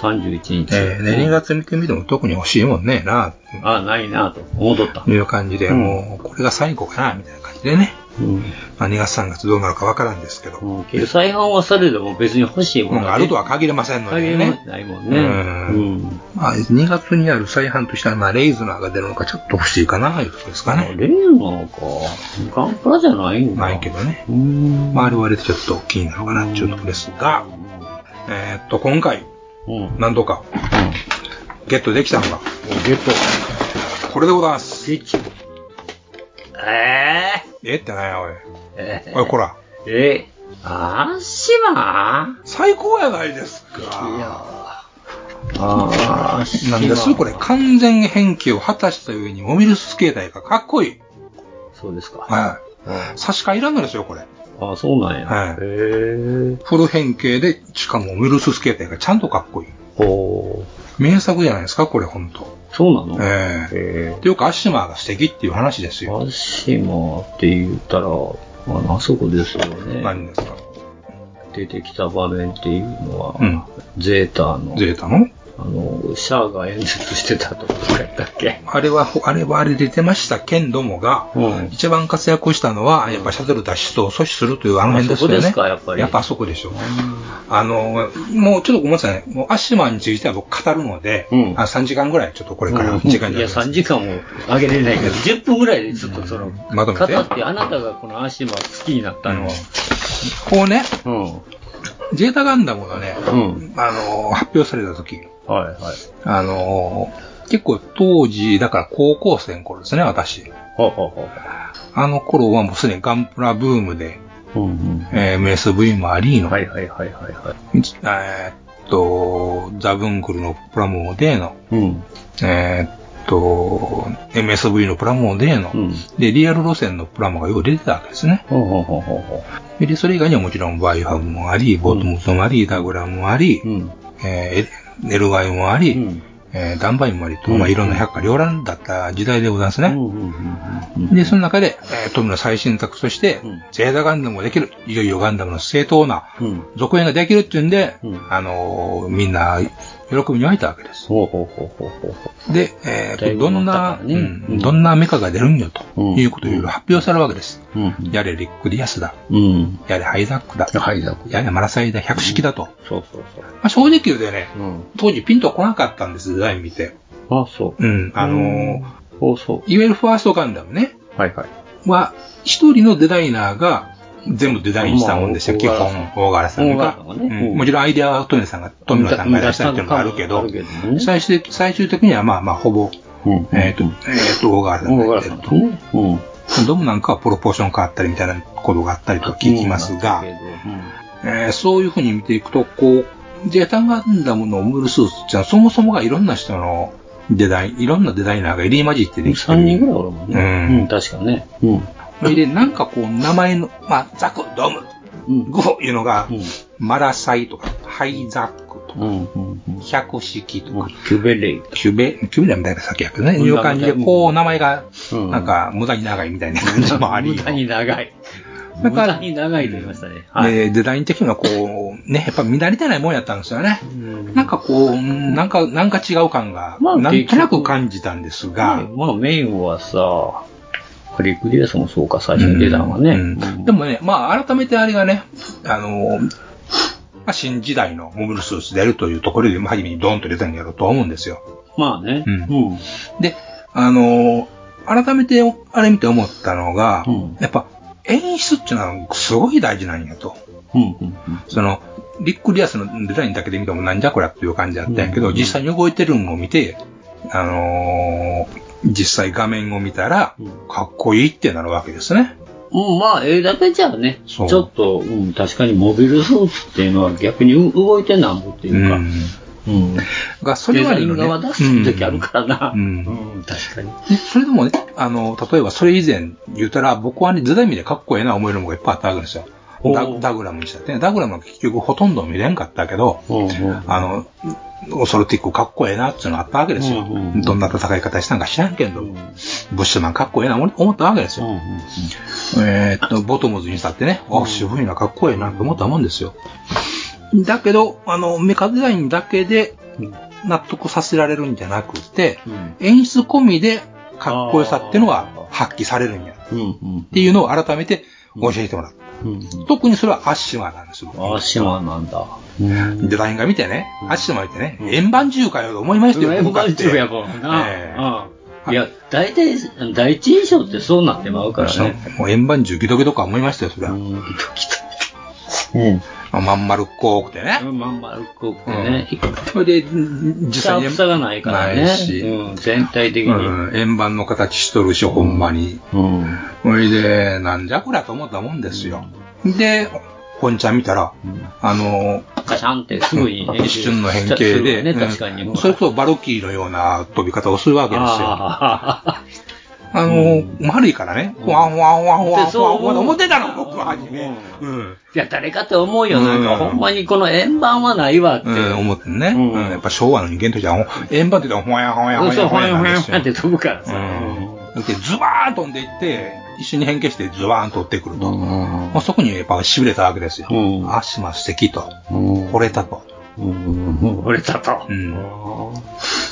S6: 31日。
S5: えーね、2月見てみても特に欲しいもんねえな、
S6: あ、ないなと戻った。
S5: いう感じで、もうこれが最後かな、みたいな感じでね。まあ2月3月どうなるかわからんですけど。
S6: 再販はされども別に欲しいもの
S5: もうあるとは限れませんので
S6: 限り
S5: ね。
S6: ないもん
S5: う
S6: ね。
S5: んまあ、2月にある再販としては、まあ、レイズナーが出るのかちょっと欲しいかな、というとこですかね。
S6: レイズナーか。ガンプラじゃないんだ。
S5: ないけどね。まあ、あれはあれでちょっと気になるかな、というとこですが、えーっと、今回、何度か、ゲットできたのが、
S6: ゲット。
S5: これでございます。
S6: え
S5: えってなんや、おい。
S6: えー
S5: おい、こら。
S6: えあーしま
S5: 最高やないですか。い
S6: や
S5: あ
S6: ー
S5: なんで
S6: します
S5: これ、完全変形を果たした上に、モビルス形態がかっこいい。
S6: そうですか。
S5: はい。差し替えいらんのですよ、これ。
S6: あそうなんや。
S5: はい。
S6: フ
S5: ル変形で、しかもウィルスス形態がちゃんとかっこいい。
S6: お
S5: 名作じゃないですか、これ、ほんと。
S6: そうなの
S5: え
S6: え
S5: でよくアッシュマーが素敵っていう話ですよ。
S6: アッシュマーって言ったら、ああそこですよね。
S5: 何ですか
S6: 出てきた場面っていうのは、
S5: うん
S6: ゼータの。
S5: ゼータの
S6: あの、シャアが演説してたとかやったっけ
S5: あれは、ほあれはあれ出てましたけんどもが、一番活躍したのは、やっぱシャトル脱出を阻止するというあの辺ですよね。
S6: あそこですかやっぱり
S5: やっぱあそこでしょう。あの、もうちょっとごめんなさいね。もうアッシュマーについては僕語るので、あ3時間ぐらいちょっとこれから時間
S6: い
S5: じゃ
S6: や、3時間もあげれないけど、10分ぐらいでちょっとその、
S5: まとめて
S6: 語って、あなたがこのアッシュマー好きになったのは、
S5: こうね、
S6: う
S5: ジェータガンダムのね、
S6: ん。
S5: あの、発表された時、
S6: はいはい。
S5: あの、結構当時、だから高校生の頃ですね、私。
S6: ほうほうほう。
S5: あの頃はもうすでにガンプラブームで、えー MSV もありの、
S6: はいはいはいはいはい。
S5: えーっと、ザブングルのプラモデーの、えーっと、MSV のプラモデーの、で、リアル路線のプラモがよく出てたわけですね。で、それ以外にはもちろんバイオハブもあり、ボトムズもあり、ダグラもあり、えーエルガイもあり、えー、ダンバインマリと、まあ、いろんな百科両乱だった時代でございますね。で、その中で、えー、トムの最新作として、ゼータガンダムもできる、いよいよガンダムの正当な続編ができるっていうんで、あのーみんな、喜びに湧いたわけです。で、えーどんな、うんどんなメカが出るんよと、いうことをいろいろ発表されるわけです。やれリック・ディアスだ、やれハイザックだ、やれマラサイだ、百式だと。まあ、正直言うてね、当時ピンと来なかったんです、デザイン見て。
S6: あ、そう。
S5: うん、あの
S6: ー
S5: いわゆるファーストガンダムね。
S6: はいはい。
S5: は、一人のデザイナーが全部デザインしたもんですよ、基
S6: まあ
S5: 本。大柄さん
S6: 大
S5: が
S6: 柄さんがねうん
S5: もちろんアイデアは富野さんが、富野さんが出したっていうのもあるけど、最終的最終的にはまあまあ、ほぼ、えっと、えーと、大柄さんがやってると。ドムなんかはプロポーション変わったりみたいなことがあったりと聞きますが、えーそういうふうに見ていくと、こう、ゼータガンダムのモールスーツっていうのはそもそもがいろんな人のデザイン、いろんなデザイナーが入り混じってできてる。3人ぐらいおるもんね。うん、
S6: 確かね。
S5: うん。で、なんかこう、名前の、まあ、ザク、ドム、ゴーいうのが、マラサイとか、ハイザックとか、百式とか、
S6: キュベレイ。
S5: キュベ、キュベレイみたいな先やけどね、
S6: うん
S5: いう感じで、こう、名前が、
S6: うん
S5: なんか、無駄に長いみたいな感じもあり。無駄
S6: に長い。
S5: だから、
S6: に長いと言いましたね。
S5: で、デザイン的にはこう、ね、やっぱ乱れてないもんやったんですよね。なんかこう、うんなんか、なんか違う感が、なんとなく感じたんですが、
S6: まあメインはさ、フリックディアスもそうか、最初に出たのはね。
S5: でもね、まあ改めてあれがね、あの、まあ、新時代のモビルスーツであるというところで、まあ初めにドーンとデザインやろうとは思うんですよ。
S6: まあね。うん。
S5: で、あの、改めてあれ見て思ったのが、やっぱ演出っていうのはすごい大事なんやと。その、リック・リアスのデザインだけで見てもなんじゃこりゃっていう感じだったんやけど、実際に動いてるのを見て、あのー実際画面を見たら、かっこいいってなるわけですね。
S6: うん、まあ、絵だけじゃね、ちょっと、うん、確かにモビルスーツっていうのは逆にう動いてなんぼっていうか、うん。
S5: が、それまでのね
S6: デザイン側出す時あるからな。うん、確かに。
S5: ねそれでもね、あの、例えばそれ以前言うたら、僕はね、デザイン見でかっこええな思えるものがいっぱいあったわけですよ。ダダグラムにしたってね、ダグラムは結局ほとんど見れんかったけど、あの、ソルティックかっこええなっていうのがあったわけですよ。どんな戦い方したんか知らんけど、ブッシュマンかっこええな思思ったわけですよ。えーっと、ボトムズにしたってね、あ、渋いな、かっこええなと思ったもんですよ。だけど、あの、メカデザインだけで納得させられるんじゃなくて、演出込みでかっこよさっていうのが発揮されるんや。っていうのを改めて教えてもらった。特にそれはアッシュマンなんですよ。
S6: アッシュマンなんだ。
S5: デザインが見てね、アッシュマン見てね、円盤中華よと思いましたよ、
S6: 円盤中華やも
S5: 僕だって
S6: んな
S5: ええ
S6: いや、大体、第一印象ってそうなってまうからね。
S5: もう円盤中ギドギドか思いましたよ、それは。うん。まん丸っこくてね。
S6: まん丸っこくてね。
S5: それで、実際に。
S6: 下がないからね。
S5: ないし
S6: 全体的に。
S5: うん円盤の形しとるし、ほんまに。それで、なんじゃこりゃと思ったもんですよ。で、本ちゃん見たら、あの、
S6: カシャンってすぐに変形
S5: 一瞬の変形で、
S6: ね
S5: うん
S6: 確かに
S5: それこそバロキーのような飛び方をするわけですよ。
S6: あ
S5: の、丸いからね、ほわほわほわほわ
S6: で
S5: ほ
S6: そう
S5: わ
S6: 思う
S5: 思ってたの、僕は初め。うん。
S6: いや、誰かって思うよ。なんか、
S5: うん
S6: ほんまにこの円盤はないわって。
S5: うん、思ってね。うんやっぱ昭和の人間としては、円盤って言ったら、ほやほやほや
S6: そう、ほ
S5: ほ
S6: や
S5: や
S6: ほ
S5: なんで
S6: やほ
S5: す
S6: や
S5: よ
S6: っ。て飛ぶからさ。
S5: だってズバーン飛んでいって、一緒に変形してズバーンと追ってくると。まあ、そこにやっぱ痺れたわけですよ。あ、しま素敵と。惚れたと。
S6: 惚れたと。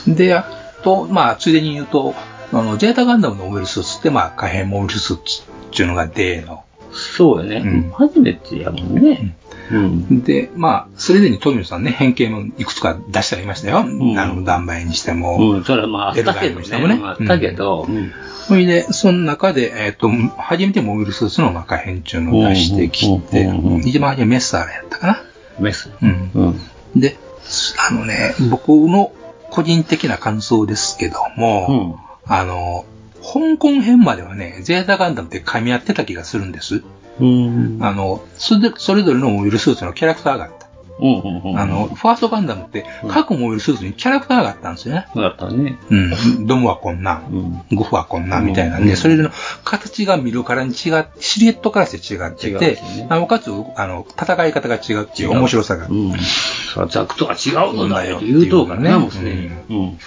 S5: で、やっと、まあ、ついでに言うと、あの、ゼータガンダムのモビルスーツって、まあ、可変モビルスーツっていうのが D の。
S6: そうよね。初めてやもんね。
S5: で、まあ、それでに富野さんね、変形もいくつか出してありましたよ。なる断倍にしても。
S6: うん、それはまあ、あったけど
S5: エルダイムにしてもね
S6: ね。まああったけど。
S5: それで、その中で、えっ、と、初めてモビルスーツの中編中のを出してきて、一番初めメッサーレやったかな。
S6: メス。
S5: うん。で、あのね、僕の個人的な感想ですけども、あの、香港編まではね、ゼータガンダムって噛み合ってた気がするんです。あの、それでそれぞれのモビルスーツのキャラクターがあった。あの、ファーストガンダムって、各モビルスーツにキャラクターがあったんですよね。
S6: だったね。
S5: うん。ドムはこんな、グフはこんな、みたいなん
S6: うん
S5: で、それの形が見るからに違って、シルエットからして違って
S6: 違う
S5: て
S6: しね、
S5: なおかつ、あの、戦い方が違うっていう面白さが。
S6: ザクとは違うのだよって
S5: 言
S6: 言うとうからね、もうすでに。
S5: ね。
S6: うん。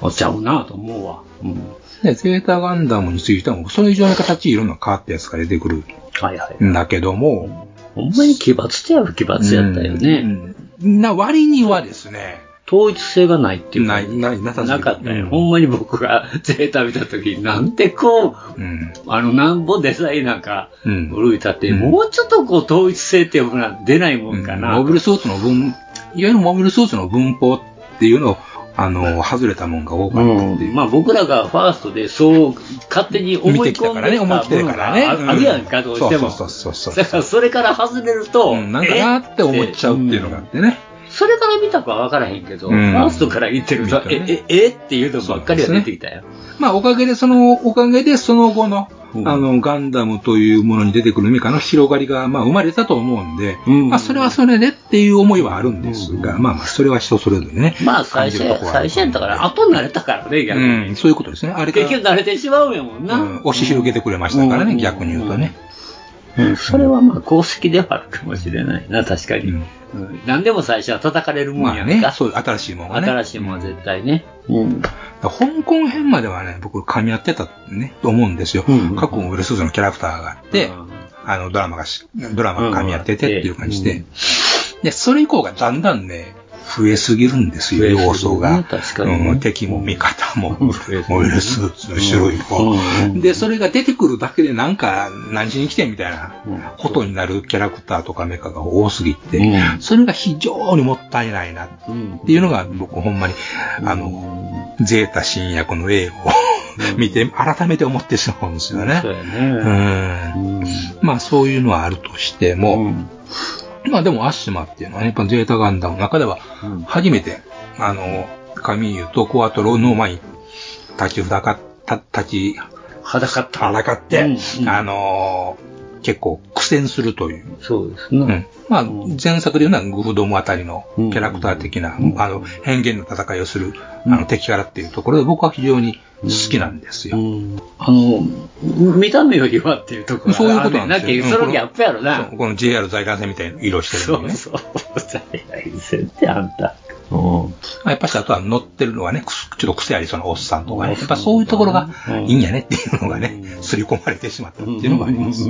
S6: おっちゃうなと思うわ。うん。
S5: で、ゼータガンダムについては、もうそれ以上の形、いろんな変わったやつが出てくる。
S6: はいはい。
S5: んだけども、
S6: ほんまに奇抜っちゃ奇抜やったよね。
S5: な、割にはですね、
S6: 統一性がないっていう
S5: ない、ない、なさ
S6: なかったよ。ほんまに僕がゼータ見たとき、なんてこう、
S5: うん。
S6: あの、なんぼデザインなんか、
S5: うん。
S6: 古いたって、もうちょっとこう、統一性っていうものは出ないもんかな。
S5: モビルスーツの分、いわゆるモビルスーツの文法っていうのを、あの、外れたもんが多かったっていう。
S6: まあ僕らがファーストでそう勝手に思い込んでた
S5: からね、思い切ってるからね。
S6: あるやんか、どうしても。
S5: そうそうそうそう
S6: だからそれから外れると、
S5: なんかなって思っちゃうっていうのがあってね。
S6: それから見たかは分からへんけど、
S5: うん
S6: ファーストから言ってると、え、え、えっていうのばっかりは出てきたよ。
S5: まあ、おかげで、その、おかげで、その後の、あの、ガンダムというものに出てくるメカの広がりが、まあ、生まれたと思うんで、まあ、それはそれでっていう思いはあるんですが、まあまあ、それは人それぞれね。
S6: まあ最
S5: 感じ
S6: 初
S5: る
S6: や、
S5: とこはあ
S6: 最
S5: る
S6: 初やったから、後になれたからね、逆に。
S5: うん、そういうことですね。あれから
S6: 結局慣れてしまうんやもんな。
S5: 押し広げてくれましたからね、逆に言うとね。
S6: うんそれはまあ公式ではあるかもしれないな、確かに。うん何でも最初は叩かれるもんやんか。
S5: まあねそう新しいもんがね
S6: 新しいもんは絶対ね。だ
S5: から香港編まではね、僕、噛み合ってたね、と思うんですよ。過去もウルスーツのキャラクターがあって、あの、ドラマがし、ドラマが噛み合っててっていう感じで。で、それ以降がだんだんね、増えすぎるんですよ、要素が。うん敵も味方も、モビルスーツの種類も。で、それが出てくるだけでなんか、何しに来てんみたいなことになるキャラクターとかメカが多すぎて、それが非常にもったいないなっていうのが僕ほんまに、あの、ゼータ新役の映画を見て、改めて思ってしまうんですよね。
S6: そうや
S5: うんまあそういうのはあるとしても、まあでもアッシュマっていうのはね、やっぱゼータガンダムの中では初めて、あの、カミーユとコアトロの前に立ちふだか、た立ち、、
S6: はだかって
S5: あのー結構苦戦するという。
S6: そうですね。
S5: まあ、前作でいうのはグフドムあたりのキャラクター的な、あの、変幻の戦いをする、あの、敵からっていうところで僕は非常に好きなんですよ。
S6: あの、見た目よりはっていうところ
S5: そういうことなんですよ
S6: あるねんなそのギャップやろな。
S5: この JR 在韓戦みたいな色してるのにね。
S6: そうそう、在韓戦ってあんた。
S5: やっぱしあとは乗ってるのはね、くすちょっと癖ありそうなおっさんとかね、やっぱそういうところがいいんやねっていうのがね、刷り込まれてしまったっていうのがあります。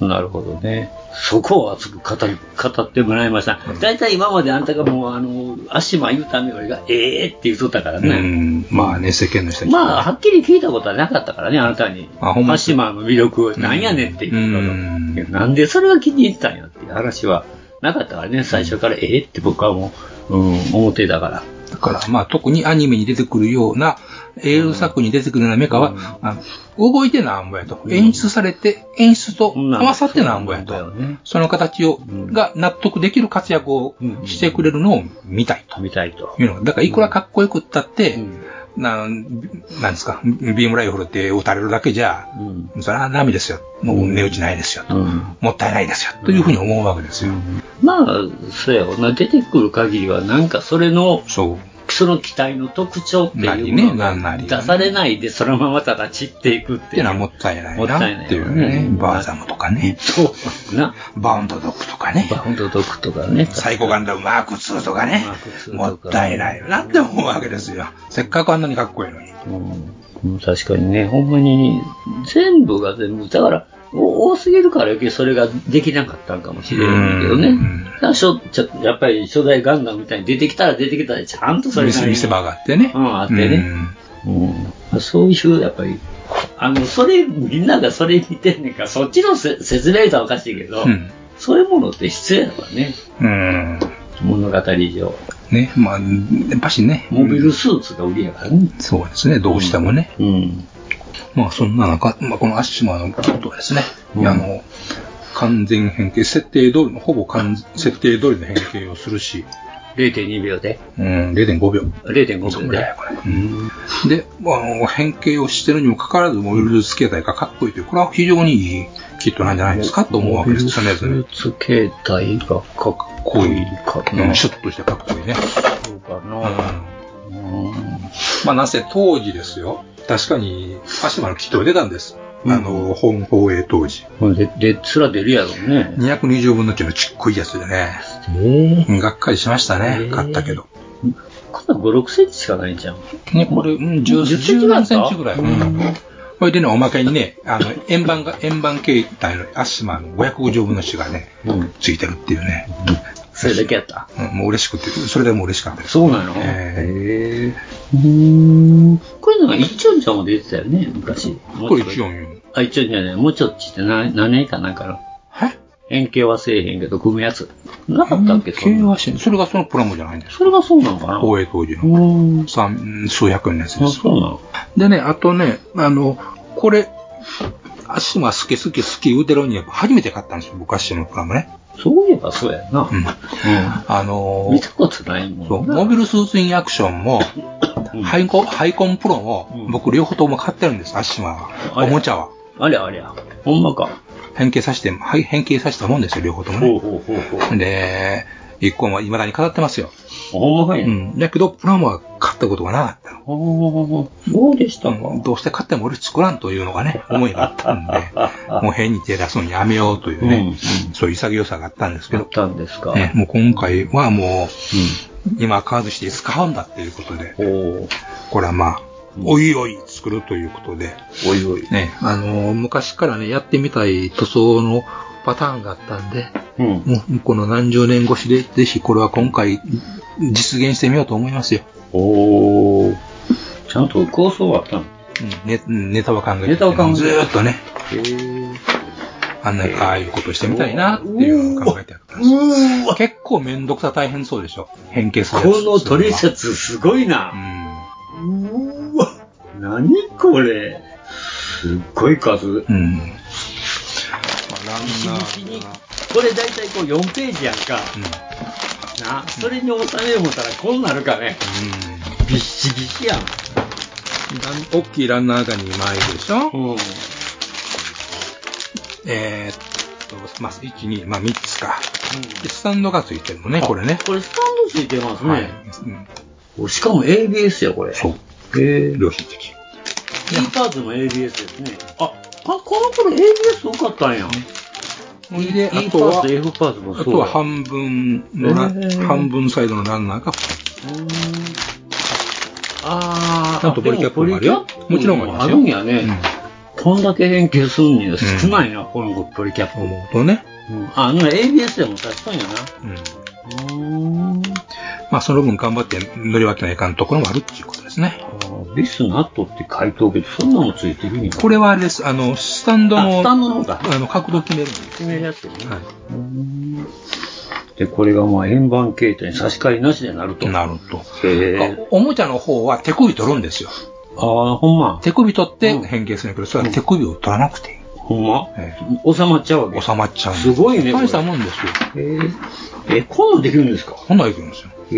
S6: なるほどね。そこを熱く語り語ってもらいました。大体今まであんたがもう、あの、足間言うためよりが、ええって言うとったから
S5: う
S6: ね。
S5: ん、まあね、世間の人は
S6: まあ、はっきり聞いたことはなかったからね、あなたに。
S5: あほんま
S6: 足間の魅力をなんやねんっていうこと。なんでそれが気に入ったんやっていう話はなかったからね、最初からええって僕はもう、うん、思ってたから。
S5: だから、まあ、特にアニメに出てくるような、映像作に出てくるようなメカは、あの動いてなんぼやと。演出されて、演出と合わさってなんぼやと。その形を、が納得できる活躍をしてくれるのを見たいと。
S6: 見たいと。
S5: いうのがだから、いくらかっこよくったって、なん、なんですか、ビームライフルって撃たれるだけじゃ、それはダメですよ。もう値打ちないですよと。もったいないですよ。というふうに思うわけですよ。
S6: まあ、そうやろな、出てくる限りは、なんかそれの、
S5: そ
S6: の機体の特徴っていう
S5: ね
S6: のが出されないで、そのままただ散っていくっていう。
S5: のはもったいない
S6: もったい
S5: な
S6: な
S5: っ
S6: い
S5: ていうね。バーザムとかね。
S6: そうな。
S5: バウンドドックとかね。
S6: バウンドドックとかね。
S5: サイコガンダムマーク2とかね。もったいないよなって思うわけですよ。せっかくあんなにかっこいいのに。
S6: うん確かにね、ほんまに、全部が全部、だから、お多すぎるから余計それができなかったんかもしれないけどね。だからしょちょやっぱり初代ガンダムみたいに出てきたら出てきたで、ちゃんとそれ
S5: 見
S6: な
S5: せ
S6: りに
S5: 見せ場があってね。
S6: うん、あってね。うんそういう、やっぱり、あの、それ、みんながそれ見てんねんから、そっちのせ説明はおかしいけど、
S5: うん
S6: そういうものって失礼だからね、
S5: うん。
S6: 物語上。
S5: ね、まあ、やっぱしね。
S6: モビルスーツが売りやからね。
S5: そうですね、どうしてもね。
S6: うん。
S5: まあ、そんな中、まあ、このアッシュマンのキットはですね、
S6: うん
S5: あの、完全変形、設定通りの、ほぼ完設定通りの変形をするし、
S6: 0.2秒で。
S5: うん、0.5秒。
S6: 0.5秒で。
S5: で、まああの、変形をしてるにもかかわらず、モビルスーツ形態がかっこいいという、これは非常にいいきっとなんじゃないですかと思うわけです、常々。
S6: スーツ形態がかっこいいかな。
S5: うんシュッとしてかっこいいね。
S6: そうかな。
S5: まあ、なぜ当時ですよ。確かに、足丸きっと出たんです。あの、本放映当時。
S6: で、で、つら出るやろうね。
S5: 220分の1のちっこいやつでね。うんがっかりしましたね。買ったけど。
S6: こんな5、6センチしかないじゃん。
S5: ね、これ、うん、10,
S6: 10センチぐらいあった
S5: センチぐらい。うん。これでね、おまけにね、あの、円盤が、円盤形態のアッシュマンの550分の1がね、ついてるっていうね。
S6: それだけやった。
S5: うん、もう嬉しくて、それでもう嬉しかったです。
S6: そうなの
S5: え
S6: うん。こういうのが一音ちゃんも出てたよね、昔。
S5: これ一音よ。
S6: あ、一音じゃない。もうちょっちって何何年かなんかの。円形はせえへんけど、組むやつ。なかったっけ
S5: 円形はせそれがそのプラモじゃないんです
S6: それがそうなのかな
S5: 放映当時の。三、数百円のやつです。
S6: そうなの
S5: でね、あとね、あの、これ、足が好き好き好き言うてるに初めて買ったんですよ、僕足のプラモね。
S6: そういえばそうやな。
S5: うん。あのー
S6: 見たことないもん。
S5: そう、モビルスーツインアクションも、ハイコン、ハイコンプロも、僕両方とも買ってるんです、アッシマは。おもちゃは。
S6: ありゃありゃ。ほんまか。
S5: 変形させて、はい変形させたもんですよ、両方ともね。
S6: ほうほうほう
S5: で、一個も未だに飾ってますよ。
S6: ほんまかいな
S5: うん。だけど、プラモは買ったことがなかったの。
S6: どうでしたか
S5: どうして買っても俺作らんというのがね、思いがあった んで、もう変に手出すのやめようというね、そういう潔さがあったんですけど。あった
S6: んですか。
S5: ね、もう今回はもう、今買わずしていつ買うんだっていうことで、これはまあ、おいおい作るということで、
S6: おいおい。
S5: ね、あの、昔からね、やってみたい塗装のパターンがあったんで、もうこの何十年越しで、ぜひこれは今回実現してみようと思いますよ。
S6: おちゃんと構想はあったの
S5: うん、ねうんネタは考えて。
S6: ネタは考えて
S5: ずーっとね、
S6: へぇ
S5: あんな、ああいうことしてみたいなっていうのを考えてあったんです結構めんどくさ大変そうでしょ。変形するや
S6: こ
S5: つ
S6: のトリセツすごいな。うわ、何これ。すっごい数。
S5: うん。
S6: 一日に、これ大体こう4ページやんか。な、それに収めるもたらこうなるかね。びっしぎしやん。
S5: 大きいランナーが2枚でしょ。えーっと、まあ、1、2、まあ、3つか。でスタンドがついてるのね、これね。
S6: これスタンドついてますね。
S5: はい
S6: しかも ABS や、これ。
S5: そう。
S6: え
S5: 良心的。
S6: キーパーズも ABS ですね。あ、ここの頃 ABS 多かったんや。
S5: で、
S6: E
S5: あ
S6: パ
S5: と
S6: ー
S5: は
S6: ツ、、F パーツも
S5: あ
S6: そう
S5: と
S6: や
S5: は半分のラ、
S6: へー
S5: 半分サイドのランナーが、
S6: あ
S5: ちゃんとポリキャップもあるよ
S6: で。
S5: もちろんあります
S6: あ
S5: よ。
S6: るんやね。こんだけ変形するには少ないな、このポリキャップ
S5: も。とね。
S6: うんあ、あの ABS でも確かにやな。
S5: まあ、その分頑張って乗り分けないかんところもあるっていうことですね。
S6: ビスナットって書いておけど、そんなのついてるんや。
S5: これはあれです。あの、スタンドの、
S6: あスタンドの方だ
S5: あの、角度決めるんです。
S6: 決めるやつよね。
S5: はい。
S6: で、これがまあ円盤形態に差し替えなしでなると。
S5: なると。
S6: へえ。
S5: おもちゃの方は手首取るんですよ。
S6: ああ、ほんま。
S5: 手首取って変形するんだけど、それは手首を取らなくていい。
S6: ほんま
S5: え
S6: 収まっちゃうわけ。
S5: 収まっちゃうんです
S6: ごいね。
S5: 大した
S6: こ
S5: もんですよ。
S6: れへえ。え、こんなんできるんですか
S5: こんなんできるんですよ。
S6: へ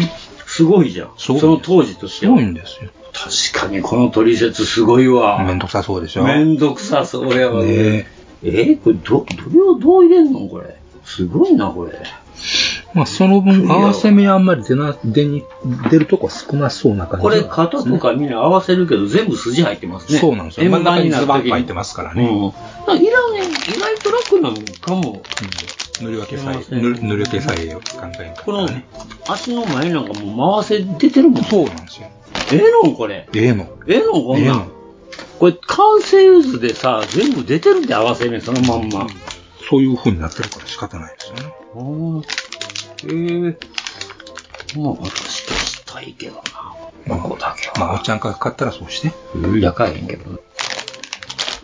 S6: え。すごいじゃん。その当時としては。すごいん
S5: ですよ。
S6: 確かにこのトリセツすごいわ。
S5: めんどくさそうでしょ。
S6: めんどくさそうやわ。ねえー、これど、どれをどう入れんのこれ。すごいな、これ。
S5: まあ、その分、合わせ目はあんまり出な、出に、出るとこは少なそうな感じ。
S6: これ、型とかみんな合わせるけど、全部筋入ってますね。
S5: そうなんですよ。真
S6: 円
S5: ん中に
S6: 盤にな
S5: ズ
S6: る
S5: バ
S6: と
S5: ン
S6: き
S5: 入っ
S6: に
S5: て。ますからね。
S6: あいらんね、意外と楽なのかも。
S5: 塗り分けさえ、塗り塗り分けさえを考えんか。
S6: この足の前なんかもう回せ出てるもん。そう
S5: なんですよ。
S6: ええのんこれ。
S5: ええの。
S6: ええのんこん
S5: え
S6: なん
S5: えの
S6: これ完成図でさ、全部出てるんで合わせね、そのまんま。
S5: そういう風になってるから仕方ないですよね。
S6: ええ。まあ私としたいけどな。ここだけは。
S5: まあ、おっちゃんが買ったらそうして。
S6: やかへんけどな。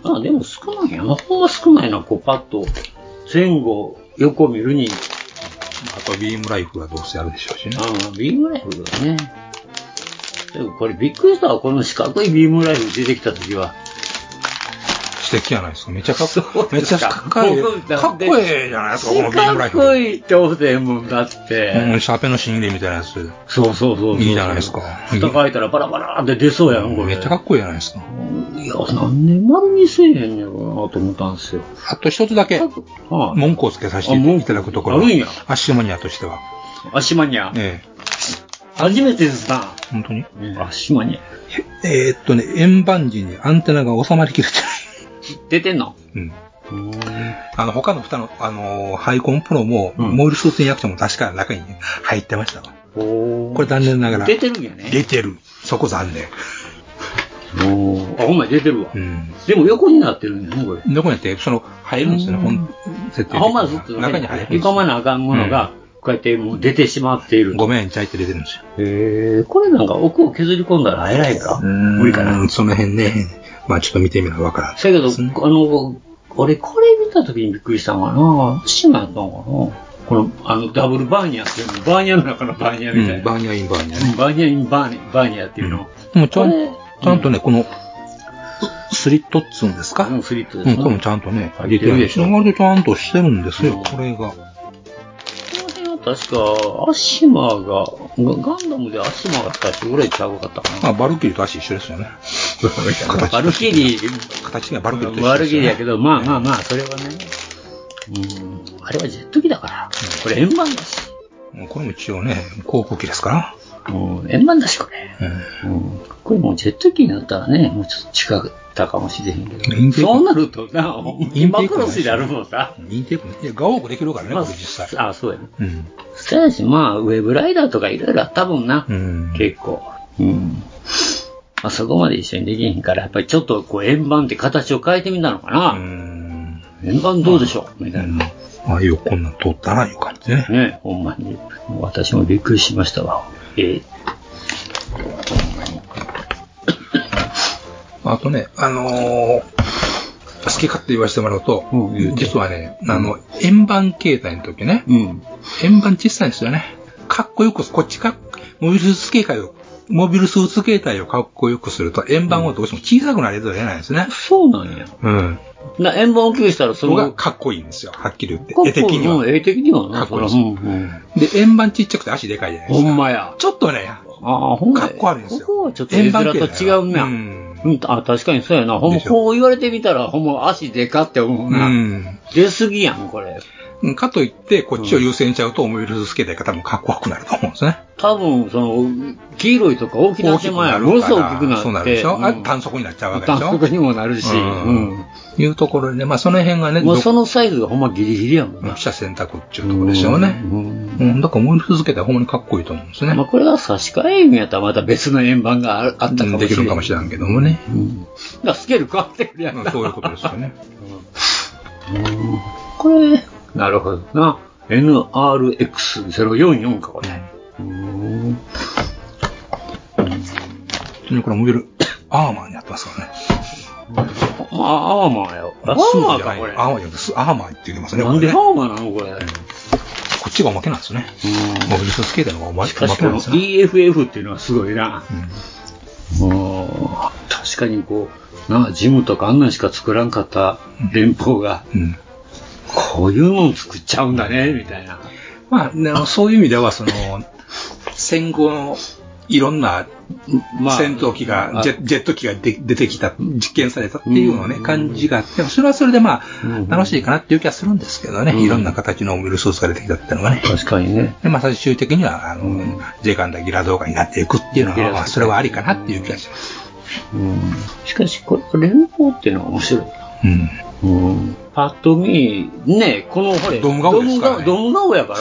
S6: まあでも少ないんやな。ほんま少ないな、こうパッと。前後、横見るに。
S5: あとビームライフはどうせあるでしょうしね。
S6: ああ、ビームライフルね。でもこれびっくりしたわ。この四角いビームライフル出てきたときは。
S5: 素敵じゃないですか。めっちゃかっ
S6: こ
S5: めっちゃかっこいい。
S6: 僕だ
S5: かっこいいじゃないですか、このビームラ
S6: か
S5: イ
S6: っ
S5: フル。
S6: こいいって思ってもんだって。
S5: うん、シャーペンの新入りみたいなやつ。
S6: そうそうそう。
S5: いいじゃないですか。
S6: 蓋開いたらバラバラって出そうやん、これ。めっちゃか
S5: っこいいじゃないですか。
S6: いや、何年丸にせえへんねやろなと思ったんですよ。
S5: あと一つだけ、文句をつけさせていただくところ。あるんや。アッシュマニアとしては。
S6: アッシュマニア。
S5: え
S6: 初めてですな。
S5: え。本当に
S6: アッシュマニア。
S5: えーっとね、円盤時にアンテナが収まりきれてない。
S6: 出てんの
S5: うん。あの、他の蓋の、あのーハイコンプロも、モールスーツ薬長も確か中にね、入ってましたわ。
S6: こ
S5: れ残念ながら。
S6: 出てるんやね。
S5: 出てる。そこ残念。
S6: あ、ほんまに出てるわ。
S5: でも横になってるんですね、これ。横になって、その、入るんですよね、本、設定的
S6: あ
S5: に。
S6: ほんまずっと
S5: 中に入るんですよ
S6: 床まなあかんものが、こうやってもう出てしまっている。
S5: ごめん、ちゃいって出てるんですよ。
S6: へえ、これなんか奥を削り込んだら早いか。無理かな。
S5: その辺ね、まあちょっと見てみればわからん。
S6: せやけど、あの、俺これ見た時にびっくりしたのかな。シマやったのかな。この、あの、ダブルバーニャっていうの、バーニャの中のバーニャみたいな。
S5: バーニャインバーニャ
S6: ね。バーニャインバーニャバーニャっていうの。
S5: でもちゃん、ちゃんとね、この、スリットっつうんですか
S6: うん、スリット
S5: う
S6: で
S5: ん、
S6: すね
S5: これもちゃんとね、
S6: 入ってるでしょ
S5: 割とちゃんとしてるんですよ、これが。
S6: 確か、アッシマーが、ガンダムでアッシマーが最初ぐらいちゃうかったか
S5: まあ、バルキリーと足一緒ですよ ね。
S6: な。バルキリー、
S5: 形がバルキリーと一緒ですよね。
S6: 悪気だけど、まあまあまあ、それはね、うん、あれはジェット機だから、これ円盤だし、
S5: うんこれも一応ね、航空機ですから。
S6: うん、円盤だし、これ。うんこれもうジェット機になったらね、もうちょっと近かったかもしれへんけど、そうなるとな、今クロスになるもんさ。
S5: インテープねいや、ガオークできるからね、これ実際。
S6: あそうやね。
S5: うん。
S6: そうやし、まあ、ウェブライダーとかいろいろあったもんな、結構。うんまあ、そこまで一緒にできへんから、やっぱりちょっとこう円盤って形を変えてみたのかな。円盤どうでしょうみたいな。
S5: ああいうこんなん通ったな、いう感じね。
S6: ね、ほんまに。私もびっくりしましたわ。え
S5: あとね、あのー好き勝手言わせてもらうと、実はね、あの、円盤形態の時ね、円盤小さいんですよね。かっこよく、こっちか、モビルスーツ形態を、モビルスーツ形態をかっこよくすると、円盤はどうしても小さくなれるとは言えないんですね。
S6: そうなんや。
S5: うん。
S6: な円盤を給したらそ
S5: そこ
S6: の
S5: がかっこいいんですよ、はっきり言って
S6: かっ。こい
S5: 絵
S6: い
S5: 的には。
S6: うん絵的にはな
S5: かっこいいです
S6: そ
S5: よ。で、円盤ちっちゃくて足でかいじゃないですか。
S6: ほんまや。
S5: ちょっとね、
S6: ああ、ほんま
S5: かっこ悪いんですよ。
S6: ここはちょっと絵面と違うな。うん、あ確かにそうやな。ほんま、こう言われてみたら、ほんま足でかって思うな。
S5: うん
S6: 出すぎやん、これ。
S5: うんかといって、こっちを優先しちゃうと、モビルスーツ形態が多分かっこよくなると思うんですね。
S6: 多分、その、黄色いとか大きな手前や。ものすごく大きくなって。
S5: そうなるでしょ、あ
S6: うん
S5: 短足になっちゃうわけでしょ
S6: 短足にもなるし。
S5: う
S6: うんん。
S5: いうところでね、まあその辺がね、
S6: もう
S5: ど
S6: そのサイズがほんまギリギリやもんな。
S5: 者選択っていうところでしょうね。うん。だからモビルスーツ形態はほんまにかっこいいと思うんですね。
S6: まあこれが差し替えんやったらまた別の円盤があるあったかもしれん。
S5: できるかもしれんけどもね。
S6: がスケール変わってくるやんな。
S5: そういうことですよね。
S6: これ、なるほどな。NRX044 か、これ。
S5: 本当にこれモビル、アーマーになってますからね。
S6: あ、アーマーよ。アーマーか、これ。
S5: アーマーです。アーマーって言ってますね。
S6: なんでア
S5: これね
S6: ーマーなの、これ。
S5: こっちがおまけなんですね。モビルスーツ形態の方がおま
S6: し
S5: け
S6: か
S5: なん
S6: しこの
S5: ですね。
S6: EFF っていうのはすごいな。うん確かにこう、なあ、ジムとかあんなんしか作らんかった連邦が、こういうもん作っちゃうんだね、みたいな。
S5: まあ、ねあのそういう意味では、その、戦後のいろんな
S6: まあ
S5: 戦闘機が、
S6: あ
S5: ジェジェット機がで出てきた、実験されたっていうのね、感じがあって、それはそれでまあ、楽しいかなっていう気はするんですけどね、いろんな形のウイルスーツが出てきたっていうのがね。
S6: 確かにね。
S5: で、まあ最終的には、あの、ジェガンダギラ動画になっていくっていうの
S6: ギ
S5: は、
S6: ラ
S5: まあそれはありかなっていう気がします。
S6: しかし、これ、連邦っていうのは面白いな。うん。パッと見、ね、この、ほれ、ドム顔ですから、ドム顔やか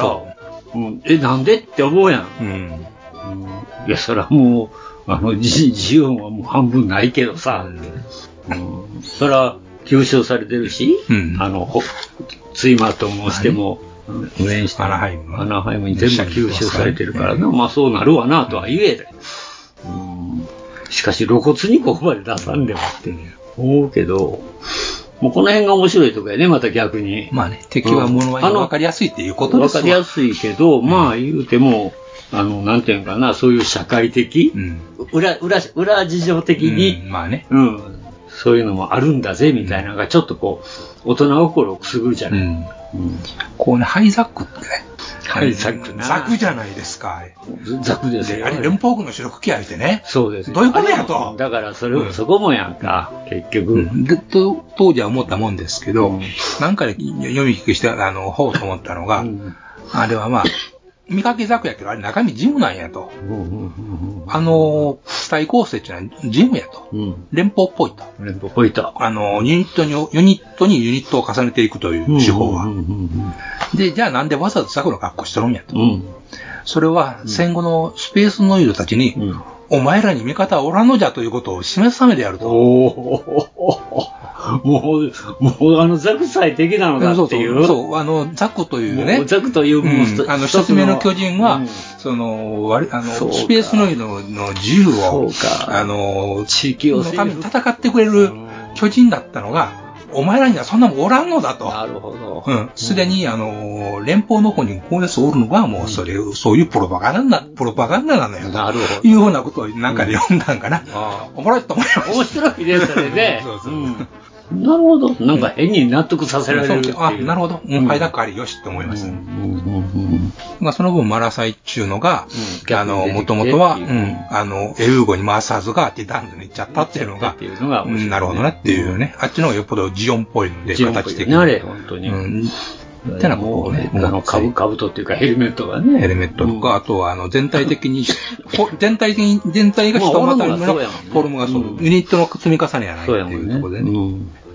S6: ら、うん、え、なんでって思うやん。
S5: うん。
S6: いや、それはもう、あの、 ジジオンはもう半分ないけどさ、うんそれは吸収されてるし、あの、ほツイマーともしても、無縁してアナハイム。アナハイムに全部吸収されてるからね、まあそうなるわなとは言える。うんしかし露骨にここまで出さんでもって思うけど、もうこの辺が面白いとこやね、また逆に。
S5: まあね、敵は物は分かりやすいっていうことで
S6: わ
S5: す
S6: か
S5: わ
S6: りやすいけど、まあ言うても、あの、なんていうのかな、そういう社会的、裏、裏、裏事情的に、
S5: まあね。
S6: うん。そういうのもあるんだぜ、みたいなのが、ちょっとこう、大人心をくすぐるじゃない。
S5: こうね、ハイザックってね。
S6: ハイザックな
S5: ザクじゃないですか、あれ。
S6: ザクですよ
S5: あれ、連邦軍の主力機あれてね。
S6: そうです
S5: どういうことやと。
S6: だから、それ、そこもやんか、結局、
S5: でと当時は思ったもんですけど、なんかで読み聞きして、あの、ほうと思ったのが、あれはまあ、見かけザクやけど、あれ中身ジムなんやと。あの、対抗生っていうのはジムやと。連邦っぽいと。
S6: 連邦っぽいと。
S5: あの、ユニットに、ユニットにユニットを重ねていくという手法は。で、じゃあなんでわざわざザクの格好してるんやと。それは戦後のスペースノイドたちに、お前らに味方はおらんのじゃということを示すためであると。
S6: もう、もうあのザクさえできなのだっていう。
S5: そうそうそうあの、ザクというね。
S6: ザクという、もう一つ
S5: んあの、一つ目の巨人は、その、割あの、
S6: そうか
S5: スペースノイドのの自由を、あの、地域をのために戦ってくれる巨人だったのが、お前らにはそんなもんおらんのだと。な
S6: るほど。
S5: うん。すでに、あの、連邦の方にこうですおるのが、もう、それ、そういうプロパガンダ、プロパガンダなのよ。
S6: なるほ
S5: ど。いうふうなことをなんかで読んだんかな。おもろいと思います。
S6: 面白いですね、で。なるほど。なんか変に納得させられるっていう。
S5: あ、なるほど。うん、ハイダックありよしって思いました。まあその分、マラサイっちゅうのが、あの、もともとは、うんあの、エウーゴに回さずが、ディダンズに行っちゃったっていうのが、うんなるほどなっていうね。あっちの方がよっぽどジオンっぽいんで、
S6: ジオンっぽい
S5: 形的
S6: ね
S5: に。
S6: あれ本当に
S5: うん。ってなことをね、あの、
S6: かぶ、かぶとっていうかヘルメットがね。
S5: ヘルメットとか、あとは、あの、全体的に、ほ全体的に、全体が一股のフォルムがそう、ユニットの積み重ねやないっていうところでね。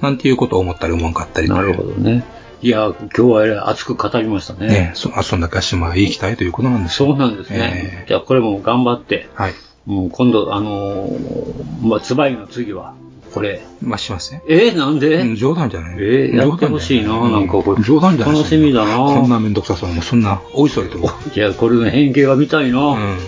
S5: なんていうことを思ったり思わんかったり。なる
S6: ほどね。いや、今日は熱く語りましたね。
S5: ねそ、あそんだけ島へ行きたいということなんです
S6: そうなんですね。じゃあ、これも頑張って。
S5: はい。
S6: もう今度、あのーまあ、つばいの次は、これ。
S5: まあ、しますね。
S6: えー、なんで
S5: 冗談じゃない
S6: えー、やってほしいな、なんかこれ。
S5: 冗談じゃない
S6: 楽しみだな
S5: こんなめんどくさそうなもうそんな、おいそれと。
S6: いや、これの変形が見たいな。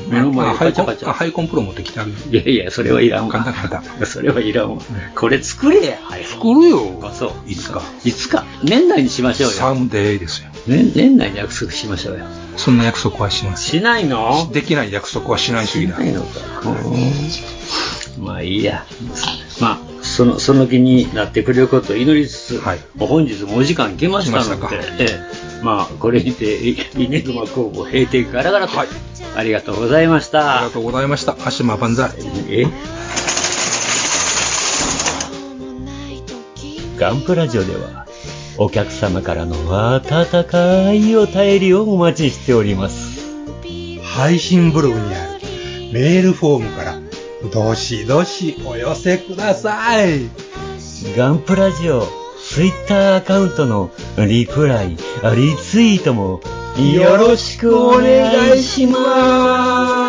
S6: 目の前
S5: あ
S6: で
S5: ハ
S6: カ
S5: イ
S6: チ
S5: コ
S6: ャ
S5: ン
S6: カチ
S5: あハイコンプロ持ってきてある。
S6: ャ。いやいや、それはいらん
S5: 簡
S6: わ。
S5: 単簡単。
S6: それはいらんわ。これ作れや、はい。
S5: 作るよ。
S6: あそう。
S5: いつか。
S6: いつか。年内にしましょうよ。
S5: サムデイですよ。
S6: ね、年内に約束しましょうよ。
S5: そんな約束はします。
S6: しないの
S5: できない約束はしない主義だ。
S6: ないのか。まあいいや。まあ、その、その気になってくれることを祈りつつ、もう本日もお時間来ましたので、ええまあ、これにて、イイネグマ工房閉店ガラガラと、ありがとうございました。ありが
S5: とうございました。足間万歳。
S6: え
S12: ガンプラジオではお客様からの温かいお便りをお待ちしております。
S11: 配信ブログにあるメールフォームから、どしどしお寄せください。
S12: ガンプラジオツイッターアカウントのリプライ、リツイートもよろしくお願いします。
S11: します。